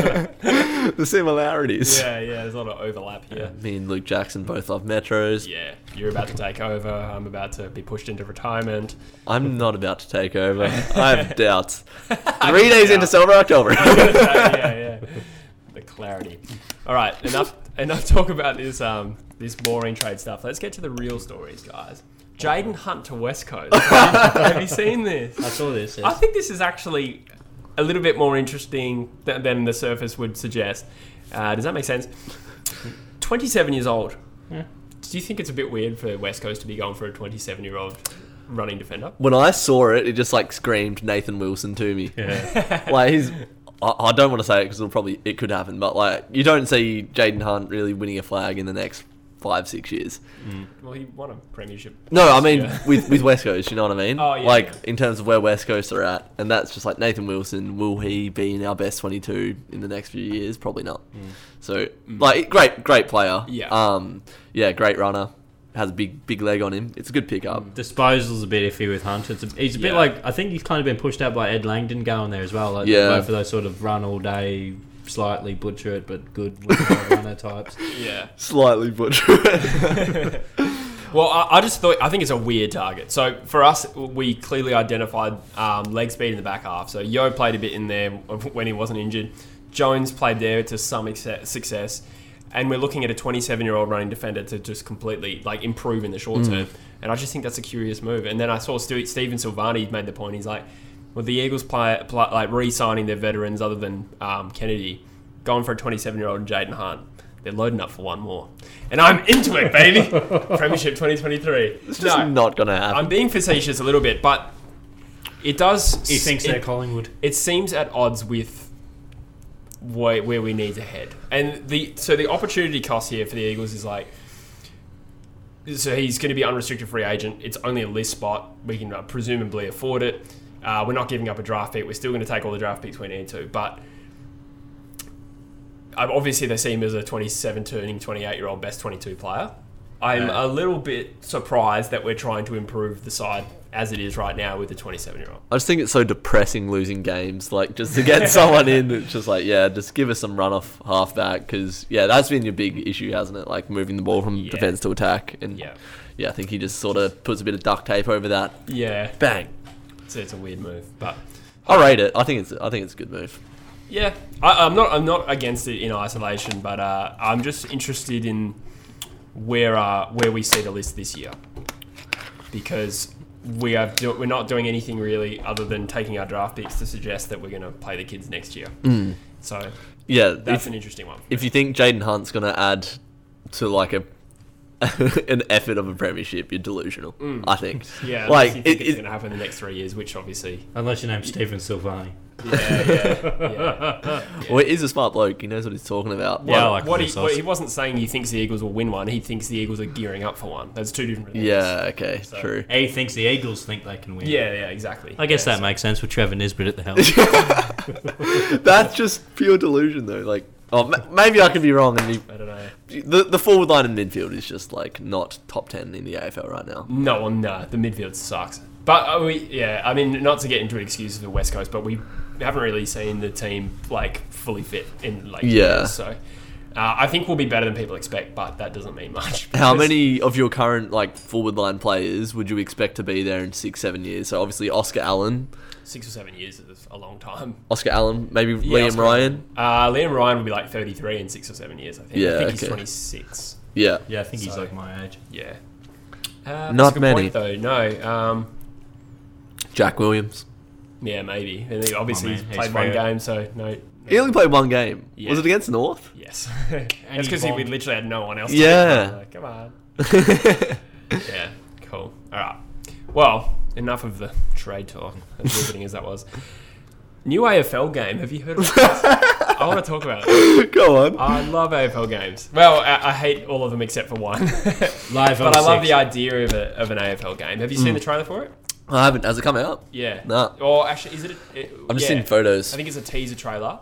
Speaker 4: the similarities.
Speaker 1: yeah, yeah, there's a lot of overlap here.
Speaker 3: Me and Luke Jackson both love metros.
Speaker 1: Yeah, you're about to take over. I'm about to be pushed into retirement.
Speaker 3: I'm not about to take over. I have doubts. Three days into Sober October.
Speaker 1: yeah, yeah. The clarity. All right, enough enough talk about this um this boring trade stuff. Let's get to the real stories, guys. Jaden Hunt to West Coast. Have you seen this?
Speaker 2: I saw this.
Speaker 1: I think this is actually a little bit more interesting than, than the surface would suggest. Uh, does that make sense? 27 years old. Do you think it's a bit weird for West Coast to be going for a 27 year old running defender?
Speaker 3: when I saw it, it just like screamed Nathan Wilson to me. like he's. I, I don't want to say it because it'll probably it could happen, but like you don't see Jaden Hunt really winning a flag in the next five six years.
Speaker 1: Well, he won a premiership.
Speaker 3: No, I mean
Speaker 1: Yeah.
Speaker 3: with with West Coast, you know what I mean?
Speaker 1: Oh, yeah,
Speaker 3: like
Speaker 1: yeah.
Speaker 3: in terms of where West Coast are at, and that's just like Nathan Wilson. Will he be in our best twenty two in the next few years? Probably not. So like great great player.
Speaker 1: Mm. Yeah.
Speaker 3: Um. Yeah. Great runner. Has a big big leg on him. It's a good
Speaker 1: Mm.
Speaker 3: pickup.
Speaker 2: Disposal's a bit iffy with Hunt. It's a, he's a bit
Speaker 1: Yeah.
Speaker 2: like I think he's kind of been pushed out by Ed Langdon going there as well. Like
Speaker 3: Yeah.
Speaker 2: both of those sort of run all day, slightly butcher it but good runner types.
Speaker 1: Yeah.
Speaker 3: Slightly butchered.
Speaker 1: Well, I, I just thought I think it's a weird target. So for us, we clearly identified um, leg speed in the back half. So Yo played a bit in there when he wasn't injured. Jones played there to some exce- success, and we're looking at a 27-year-old running defender to just completely like improve in the short term. And I just think that's a curious move. And then I saw Stu- Steven Silvani made the point. He's like, "Well, the Eagles play, pl- like re-signing their veterans other than um, Kennedy, going for a 27-year-old Jaden Hunt." They're loading up for one more. And I'm into it, baby. Premiership 2023.
Speaker 3: It's just not gonna happen.
Speaker 1: I'm being facetious a little bit, but it does.
Speaker 2: He thinks
Speaker 1: it,
Speaker 2: they're Collingwood.
Speaker 1: it seems at odds with where, where we need to head. And the so the opportunity cost here for the Eagles is like so he's going to be unrestricted free agent. It's only a list spot. We can uh, presumably afford it. Uh, we're not giving up a draft pick. We're still going to take all the draft picks we need to. But um, obviously, they see him as a 27 turning 28 year old best 22 player. I'm a little bit surprised that we're trying to improve the side as it is right now with the 27 year old.
Speaker 3: I just think it's so depressing losing games. Like just to get someone in, it's just like yeah, just give us some runoff halfback because yeah, that's been your big issue, hasn't it? Like moving the ball from
Speaker 1: Yeah.
Speaker 3: defense to attack, and
Speaker 1: Yeah.
Speaker 3: yeah, I think he just sort of puts a bit of duct tape over that.
Speaker 1: Yeah,
Speaker 3: Bang!
Speaker 1: so it's a weird move, but
Speaker 3: I rate it. I think it's I think it's a good move.
Speaker 1: Yeah, I, I'm not. I'm not against it in isolation, but uh, I'm just interested in where uh, where we see the list this year, because we are do, we're not doing anything really other than taking our draft picks to suggest that we're going to play the kids next year. So
Speaker 3: Yeah,
Speaker 1: that's
Speaker 3: Hmm. if,
Speaker 1: an interesting one.
Speaker 3: if you think Jaden Hunt's gonna add to like a an effort of a premiership, you're delusional. I think.
Speaker 1: Mm. Yeah,
Speaker 3: like
Speaker 1: unless you think
Speaker 3: it,
Speaker 1: it's
Speaker 3: it,
Speaker 1: going to happen in the next three years, which obviously,
Speaker 2: Unless your name's Stephen Silvani.
Speaker 1: yeah.
Speaker 3: well, he's a smart bloke. He knows what he's talking about.
Speaker 2: Yeah, I
Speaker 1: Well,
Speaker 2: like
Speaker 1: what,
Speaker 2: this
Speaker 1: he, what
Speaker 2: also.
Speaker 1: he wasn't saying he thinks the Eagles will win one. He thinks the Eagles are gearing up for one. That's two different. things.
Speaker 3: Yeah. Okay. True.
Speaker 2: A thinks the Eagles think they can win.
Speaker 1: yeah, yeah, exactly.
Speaker 2: I guess
Speaker 1: Yeah,
Speaker 2: that makes sense with Trevor Nisbet at the helm.
Speaker 3: That's just pure delusion, though. Like, oh, ma- maybe I could be wrong. And
Speaker 1: so- I don't know.
Speaker 3: you, the the forward line and midfield is just like not top ten in the AFL right now.
Speaker 1: No, well, no, the midfield sucks. But uh, we, yeah, I mean, not to get into excuses for West Coast, but we haven't really seen the team like fully fit in like
Speaker 3: Yeah.
Speaker 1: years, So uh, I think we'll be better than people expect, but that doesn't mean much.
Speaker 3: How
Speaker 1: because-
Speaker 3: many of your current like forward line players would you expect to be there in six, seven years? So obviously Oscar Allen,
Speaker 1: Six or seven years is a long time.
Speaker 3: Oscar Allen, maybe
Speaker 1: Yeah,
Speaker 3: Liam
Speaker 1: Oscar
Speaker 3: Ryan.
Speaker 1: Uh, Liam Ryan will be like 33 in six or seven years, I think.
Speaker 3: Yeah,
Speaker 1: I think he's
Speaker 3: okay.
Speaker 1: 26.
Speaker 3: Yeah,
Speaker 2: yeah, I think he's
Speaker 1: So-
Speaker 2: like my age.
Speaker 1: Yeah. Uh,
Speaker 3: Not
Speaker 1: that's a good
Speaker 3: many.
Speaker 1: point, though. No. Um,
Speaker 3: Jack Williams.
Speaker 1: yeah, maybe. And then obviously,
Speaker 2: Oh, man,
Speaker 1: he's
Speaker 2: he's
Speaker 1: played one
Speaker 2: frail.
Speaker 1: game, so no.
Speaker 3: He only played one game.
Speaker 1: Yeah.
Speaker 3: Was it against North?
Speaker 1: Yes. That's
Speaker 2: he
Speaker 1: because we
Speaker 2: bombed.
Speaker 1: literally had no one else.
Speaker 3: Yeah.
Speaker 1: To pick. Come on. yeah. Cool. All right. Well, enough of the trade talk, as riveting as that was. New AFL game. Have you heard of this? I want to talk about it.
Speaker 3: Go on.
Speaker 1: I love AFL games. Well, I, I hate all of them except for one.
Speaker 2: Live
Speaker 1: but I love
Speaker 2: 06.
Speaker 1: the idea of, a, of an AFL game. Have you seen the trailer for it?
Speaker 3: I haven't. Has it come out?
Speaker 1: Yeah.
Speaker 3: Hmm. No.
Speaker 1: Or actually, is it? A, it
Speaker 3: I'm just
Speaker 1: yeah.
Speaker 3: seeing photos.
Speaker 1: I think it's a teaser trailer.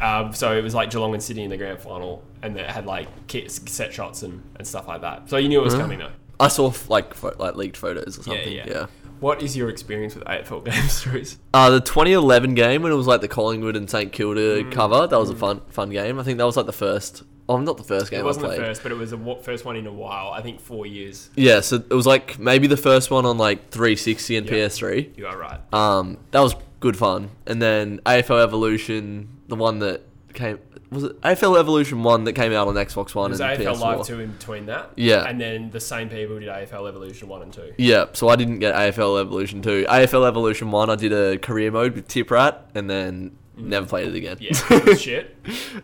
Speaker 1: Um, so it was like Geelong and Sydney in the grand final, and it had like ki- set shots and, and stuff like that. So you knew it was coming though.
Speaker 3: I saw like fo- like leaked photos or something. Yeah.
Speaker 1: yeah. What is your experience with AFL games, Drews?
Speaker 3: Uh, the 2011 game when it was like the Collingwood and St Kilda
Speaker 1: Mm.
Speaker 3: cover, that was a fun fun game. I think that was like the first. Oh, not the first game
Speaker 1: It
Speaker 3: I
Speaker 1: wasn't the
Speaker 3: played.
Speaker 1: first, but it was the wa- first one in a while. I think four years.
Speaker 3: Yeah, so it was like maybe the first one on like 360 and
Speaker 1: Yeah.
Speaker 3: PS3.
Speaker 1: You are right.
Speaker 3: Um, that was good fun. And then AFL Evolution, the one that came was it AFL Evolution one that came out on Xbox
Speaker 1: It
Speaker 3: One
Speaker 1: was
Speaker 3: and
Speaker 1: AFL
Speaker 3: PS4.
Speaker 1: Live 2 in between that.
Speaker 3: Yeah.
Speaker 1: And then the same people did AFL Evolution 1 and 2.
Speaker 3: Yeah, so I didn't get AFL Evolution 2. AFL Evolution 1, I did a career mode with Tip Rat and then never played it again.
Speaker 1: Mm. Yeah, it was shit.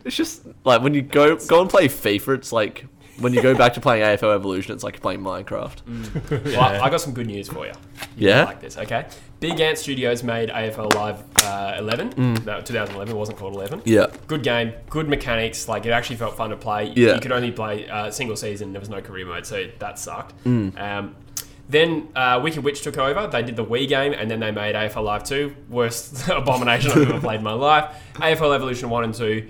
Speaker 3: It's just like when you go go and play FIFA, it's like when you go back to playing AFL Evolution, it's like playing Minecraft.
Speaker 1: Mm. Well, I got some good news for you. You
Speaker 3: Yeah?
Speaker 1: like this, okay? Big Ant Studios made AFL Live uh, 11.
Speaker 3: Mm.
Speaker 1: No, 2011. It wasn't called 11.
Speaker 3: Yeah.
Speaker 1: Good game, good mechanics. Like it actually felt fun to play.
Speaker 3: Yeah.
Speaker 1: You could only play uh, single season. There was no career mode, so that sucked.
Speaker 4: Mm.
Speaker 1: Um, then uh, Wicked Witch took over. They did the Wii game, and then they made AFL Live 2, worst abomination I've ever played in my life. AFL Evolution 1 and 2,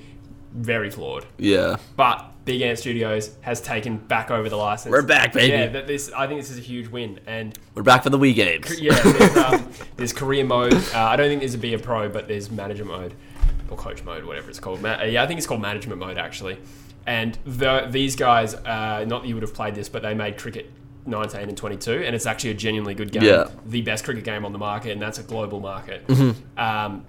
Speaker 1: very flawed.
Speaker 3: Yeah.
Speaker 1: But Big Ant Studios has taken back over the license.
Speaker 4: We're back, baby.
Speaker 1: Yeah, that this I think this is a huge win, and
Speaker 3: We're back for the Wii games.
Speaker 1: yeah, there's, um, there's career mode. Uh, I don't think there's a be a pro, but there's manager mode or coach mode, whatever it's called. Ma- uh, yeah, I think it's called management mode actually. And the, these guys, uh, not that you would have played this, but they made cricket 19 and 22, and it's actually a genuinely good game,
Speaker 3: Yeah.
Speaker 1: the best cricket game on the market, and that's a global market.
Speaker 3: Mm-hmm.
Speaker 1: Um,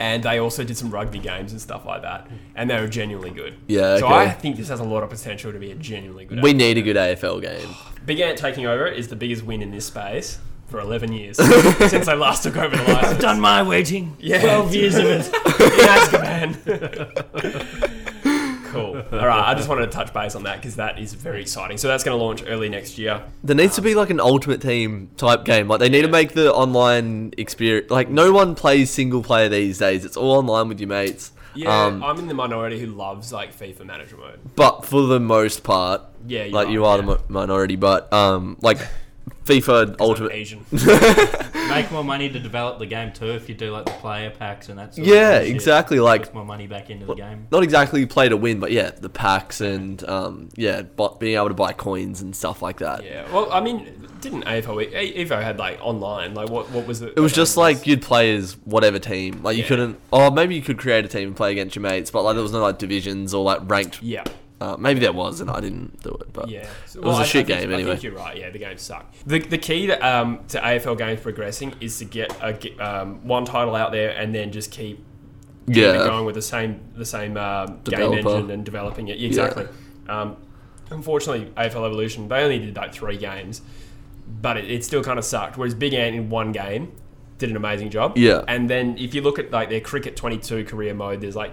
Speaker 1: and they also did some rugby games and stuff like that, and they were genuinely good.
Speaker 3: Yeah,
Speaker 1: So
Speaker 3: okay.
Speaker 1: I think this has a lot of potential to be a genuinely good.
Speaker 3: We
Speaker 1: app.
Speaker 3: need a good AFL game.
Speaker 1: Big Ant taking over is the biggest win in this space for 11 years since they last took over the license.
Speaker 2: Done my waiting.
Speaker 1: Yeah.
Speaker 2: Twelve years of it.
Speaker 1: In Azkaban. cool. All right, I just wanted to touch base on that because that is very exciting. So that's going to launch early next year.
Speaker 3: There needs to be like an ultimate team type game. Like they need to make the online experience like no one plays single player these days. It's all online with your mates.
Speaker 1: Yeah,
Speaker 3: Um,
Speaker 1: I'm in the minority who loves like FIFA manager mode.
Speaker 3: but for the most part,
Speaker 1: Yeah, you
Speaker 3: like
Speaker 1: are,
Speaker 3: you are
Speaker 1: yeah.
Speaker 3: the mo- minority. But um, like FIFA
Speaker 1: I'm
Speaker 3: ultimate.
Speaker 1: Asian.
Speaker 2: Make more money to develop the game too if you do like the player packs and that sort of
Speaker 3: Yeah,
Speaker 2: shit.
Speaker 3: exactly. Like
Speaker 2: Put more money back into the game.
Speaker 3: not exactly play to win, but yeah, the packs and um, yeah, bu- being able to buy coins and stuff like that.
Speaker 1: Yeah. Well, I mean, didn't AFL e- Evo had like online? Like, what what was it?
Speaker 3: It was just like you'd play as whatever team. Like you
Speaker 1: Yeah.
Speaker 3: couldn't, or maybe you could create a team and play against your mates, but like there was no like divisions or like ranked.
Speaker 1: yeah.
Speaker 3: Uh, maybe there was, and I didn't do it. But
Speaker 1: Yeah,
Speaker 3: it was
Speaker 1: Well,
Speaker 3: a
Speaker 1: I- I
Speaker 3: shit
Speaker 1: think-
Speaker 3: game
Speaker 1: I
Speaker 3: anyway.
Speaker 1: think you're right. Yeah, the game sucked. The, the key to, um, to AFL games progressing is to get a, ge- um, one title out there and then just keep keep it
Speaker 3: yeah,
Speaker 1: going with the same the same um, game
Speaker 3: Developer.
Speaker 1: engine and developing it. Yeah, Exactly. Um, unfortunately, AFL Evolution they only did like three games, but it, it still kind of sucked. Whereas Big Ant in one game did an amazing job.
Speaker 3: Yeah.
Speaker 1: And then if you look at like their cricket twenty two career mode, there's like.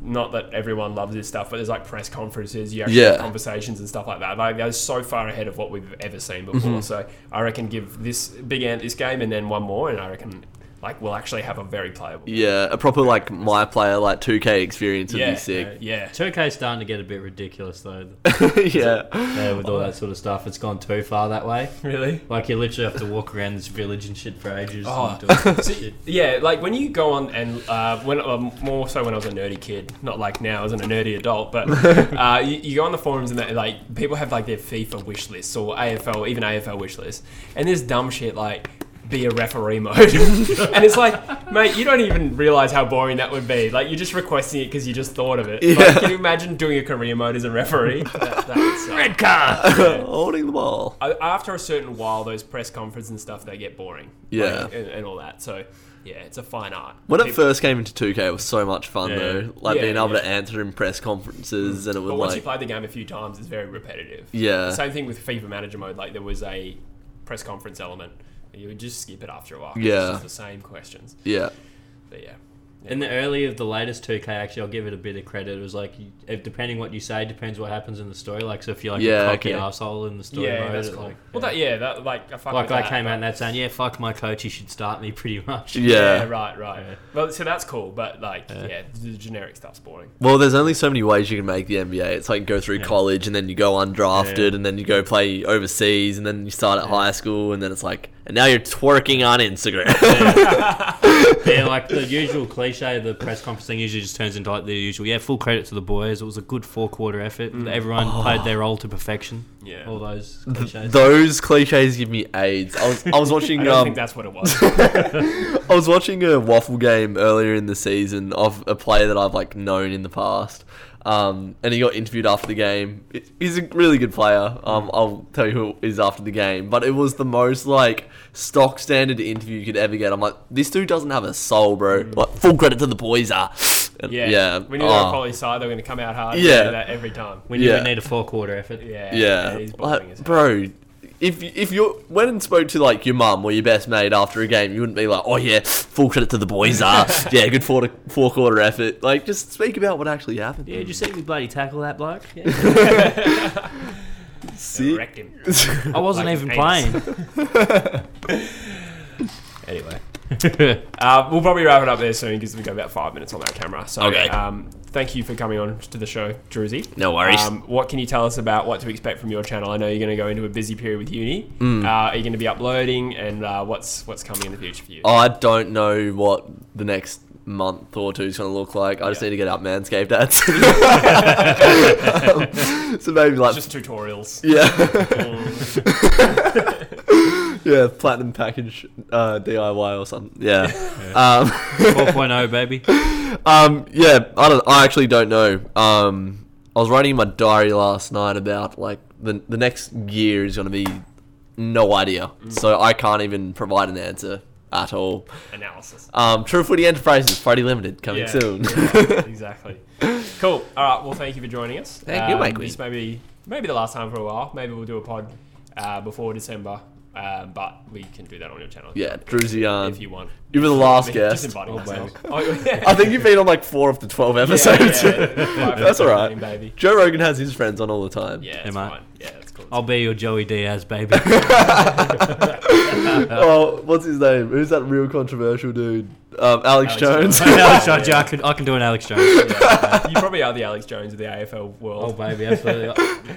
Speaker 1: Not that everyone loves this stuff, but there's like press conferences, you actually have
Speaker 3: Yeah.
Speaker 1: conversations and stuff like that. Like they're so far ahead of what we've ever seen before.
Speaker 3: Mm-hmm.
Speaker 1: So I reckon give this big ant this game and then one more, and I reckon like we'll actually have a very playable.
Speaker 3: yeah, a proper like my player like 2K experience would
Speaker 1: Yeah, uh,
Speaker 3: be sick.
Speaker 1: yeah.
Speaker 2: 2K's starting to get a bit ridiculous though.
Speaker 3: yeah,
Speaker 2: Yeah, with all that sort of stuff, it's gone too far that way.
Speaker 1: Really?
Speaker 2: Like you literally have to walk around this village and shit for ages.
Speaker 1: Oh.
Speaker 2: and do all that
Speaker 1: See,
Speaker 2: shit.
Speaker 1: yeah, like when you go on and uh, when um, more so when I was a nerdy kid, not like now as a nerdy adult, but uh, you, you go on the forums and that, like people have like their FIFA wish lists or AFL, even AFL wish lists, and there's dumb shit like be a referee mode, and it's like, mate, you don't even realize how boring that would be. Like you're just requesting it because you just thought of it. Like,
Speaker 3: Yeah.
Speaker 1: can you imagine doing a career mode as a referee? That, that would suck.
Speaker 2: Red card.
Speaker 3: holding the ball.
Speaker 1: I- after a certain while, those press conferences and stuff they get boring.
Speaker 3: Yeah.
Speaker 1: Like, and, and all that. So, yeah, it's a fine art.
Speaker 3: When it
Speaker 1: People-
Speaker 3: first came into 2K, it was so much fun though. Like
Speaker 1: Yeah,
Speaker 3: being able
Speaker 1: yeah. Mm.
Speaker 3: to answer in press conferences, and it would
Speaker 1: but once you
Speaker 3: like
Speaker 1: play the game a few times, it's very repetitive.
Speaker 3: yeah,
Speaker 1: Same thing with FIFA Manager mode. Like there was a press conference element. You would just skip it after a while. It's
Speaker 3: Yeah.
Speaker 1: just the same questions.
Speaker 3: yeah,
Speaker 1: But yeah.
Speaker 2: In the early of the latest 2K, actually, I'll give it a bit of credit. It was like, you- if, depending what you say, depends what happens in the story. Like, so if you're like
Speaker 3: Yeah,
Speaker 2: a cocky
Speaker 3: okay.
Speaker 2: asshole in the story
Speaker 1: Yeah,
Speaker 2: mode,
Speaker 1: that's
Speaker 2: it,
Speaker 1: cool.
Speaker 2: like,
Speaker 1: Well, that yeah, that like I fuck
Speaker 2: like
Speaker 1: with
Speaker 2: I
Speaker 1: that.
Speaker 2: came out and that saying, yeah, fuck my coach, he should start me pretty much.
Speaker 1: Yeah,
Speaker 3: yeah.
Speaker 1: right, right. Well, so that's cool, but like, yeah, the generic stuff's boring.
Speaker 3: Well, there's only so many ways you can make the NBA. It's like go through college and then you go undrafted and then you go play overseas and then you start at high school and then it's like
Speaker 4: and now you're twerking on Instagram.
Speaker 2: Yeah, like the usual cliche, the press conference thing usually just turns into like the usual. Yeah, full credit to the boys. It was a good four quarter effort.
Speaker 3: Mm.
Speaker 2: Everyone played their role to perfection.
Speaker 1: Yeah.
Speaker 2: all those cliches.
Speaker 3: Those cliches give me AIDS. I was I was watching
Speaker 1: I don't
Speaker 3: um,
Speaker 1: think that's what it was.
Speaker 3: I was watching a waffle game earlier in the season of a player that I've like known in the past, um, and he got interviewed after the game. It- He's a really good player. Um, I'll tell you who it is after the game, but it was the most like stock standard interview you could ever get. I'm like, this dude doesn't have a soul, bro. Like, full credit to the boys, ah. And-
Speaker 1: Yeah.
Speaker 3: yeah,
Speaker 1: We knew they were
Speaker 3: ah,
Speaker 1: probably side. They were going to come out hard.
Speaker 3: Yeah.
Speaker 1: We knew that every time.
Speaker 2: we, need,
Speaker 3: yeah.
Speaker 2: we need a four quarter effort.
Speaker 1: yeah.
Speaker 3: yeah.
Speaker 1: He's boring as
Speaker 3: Like,
Speaker 1: hell.
Speaker 3: bro. If, if you went and spoke to like your mum or your best mate after a game, you wouldn't be like, "Oh yeah, full credit to the boys are yeah, good four to four quarter effort." Like, just speak about what actually happened.
Speaker 2: Yeah, did you see me bloody tackle that bloke?
Speaker 3: Sick.
Speaker 1: Wrecked him.
Speaker 2: I wasn't
Speaker 1: Like
Speaker 2: even
Speaker 1: an
Speaker 2: playing.
Speaker 1: Anyway. Uh, we'll probably wrap it up there soon because we've got about five minutes on our camera. So,
Speaker 4: Okay.
Speaker 1: um, thank you for coming on to the show, Druzy.
Speaker 4: No worries.
Speaker 1: Um, what can you tell us about what to expect from your channel? I know you're going to go into a busy period with uni.
Speaker 4: Hmm.
Speaker 1: Uh, are you going to be uploading, and uh, what's what's coming in the future for you?
Speaker 3: I don't know what the next month or two is going to look like. I just need to get out Manscaped ads. Um, so maybe like,
Speaker 1: Just tutorials.
Speaker 3: yeah, yeah, platinum package uh, DIY or something. Yeah. Um,
Speaker 2: 4.0, oh, baby.
Speaker 3: Um, yeah, I don't. I actually don't know. Um, I was writing in my diary last night about like the the next year is going to be no idea,
Speaker 1: Mm.
Speaker 3: so I can't even provide an answer at all.
Speaker 1: Analysis.
Speaker 3: Um, True Footy Enterprises, Friday Limited, coming
Speaker 1: Yeah.
Speaker 3: soon.
Speaker 1: Yeah, exactly. Cool. All right. Well, thank you for joining us.
Speaker 4: Thank you,
Speaker 1: Um,
Speaker 4: Mike Wee.
Speaker 1: This may be, maybe the last time for a while. Maybe we'll do a pod uh, before December, uh, but we can do that on your channel.
Speaker 3: yeah, Druzy yarn.
Speaker 1: If you want.
Speaker 3: You were Um, the last
Speaker 1: Just
Speaker 3: guest.
Speaker 1: inviting myself. Oh, yeah.
Speaker 3: I think you've been on like four of the twelve episodes. That's all right.
Speaker 1: Baby.
Speaker 3: Joe Rogan has his friends on all the time.
Speaker 1: Yeah,
Speaker 2: Hey,
Speaker 1: it's
Speaker 2: mate. Oh,
Speaker 1: fine. Yeah, that's cool.
Speaker 2: I'll be your Joey Diaz, baby.
Speaker 3: Oh, what's his name? Who's that real controversial dude? Um, Alex,
Speaker 1: Alex
Speaker 3: Jones.
Speaker 1: Jones.
Speaker 2: Alex Jones, yeah, I, could, I can do an Alex Jones.
Speaker 1: you probably are the Alex Jones of the AFL
Speaker 2: Oh,
Speaker 1: world.
Speaker 2: baby, absolutely.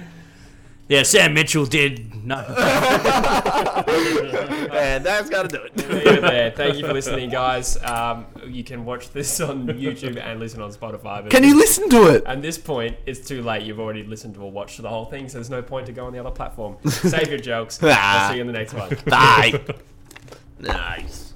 Speaker 2: Yeah, Sam Mitchell did. No.
Speaker 3: and that's got to do it.
Speaker 1: Leave it there. Thank you for listening, guys. Um, you can watch this on YouTube and listen on Spotify. but
Speaker 3: Can you listen to it?
Speaker 1: At this point, it's too late. You've already listened or watched the whole thing, so there's no point to go on the
Speaker 3: Ah.
Speaker 1: other platform. Save your jokes. I'll see you in the next one.
Speaker 4: Bye. nice.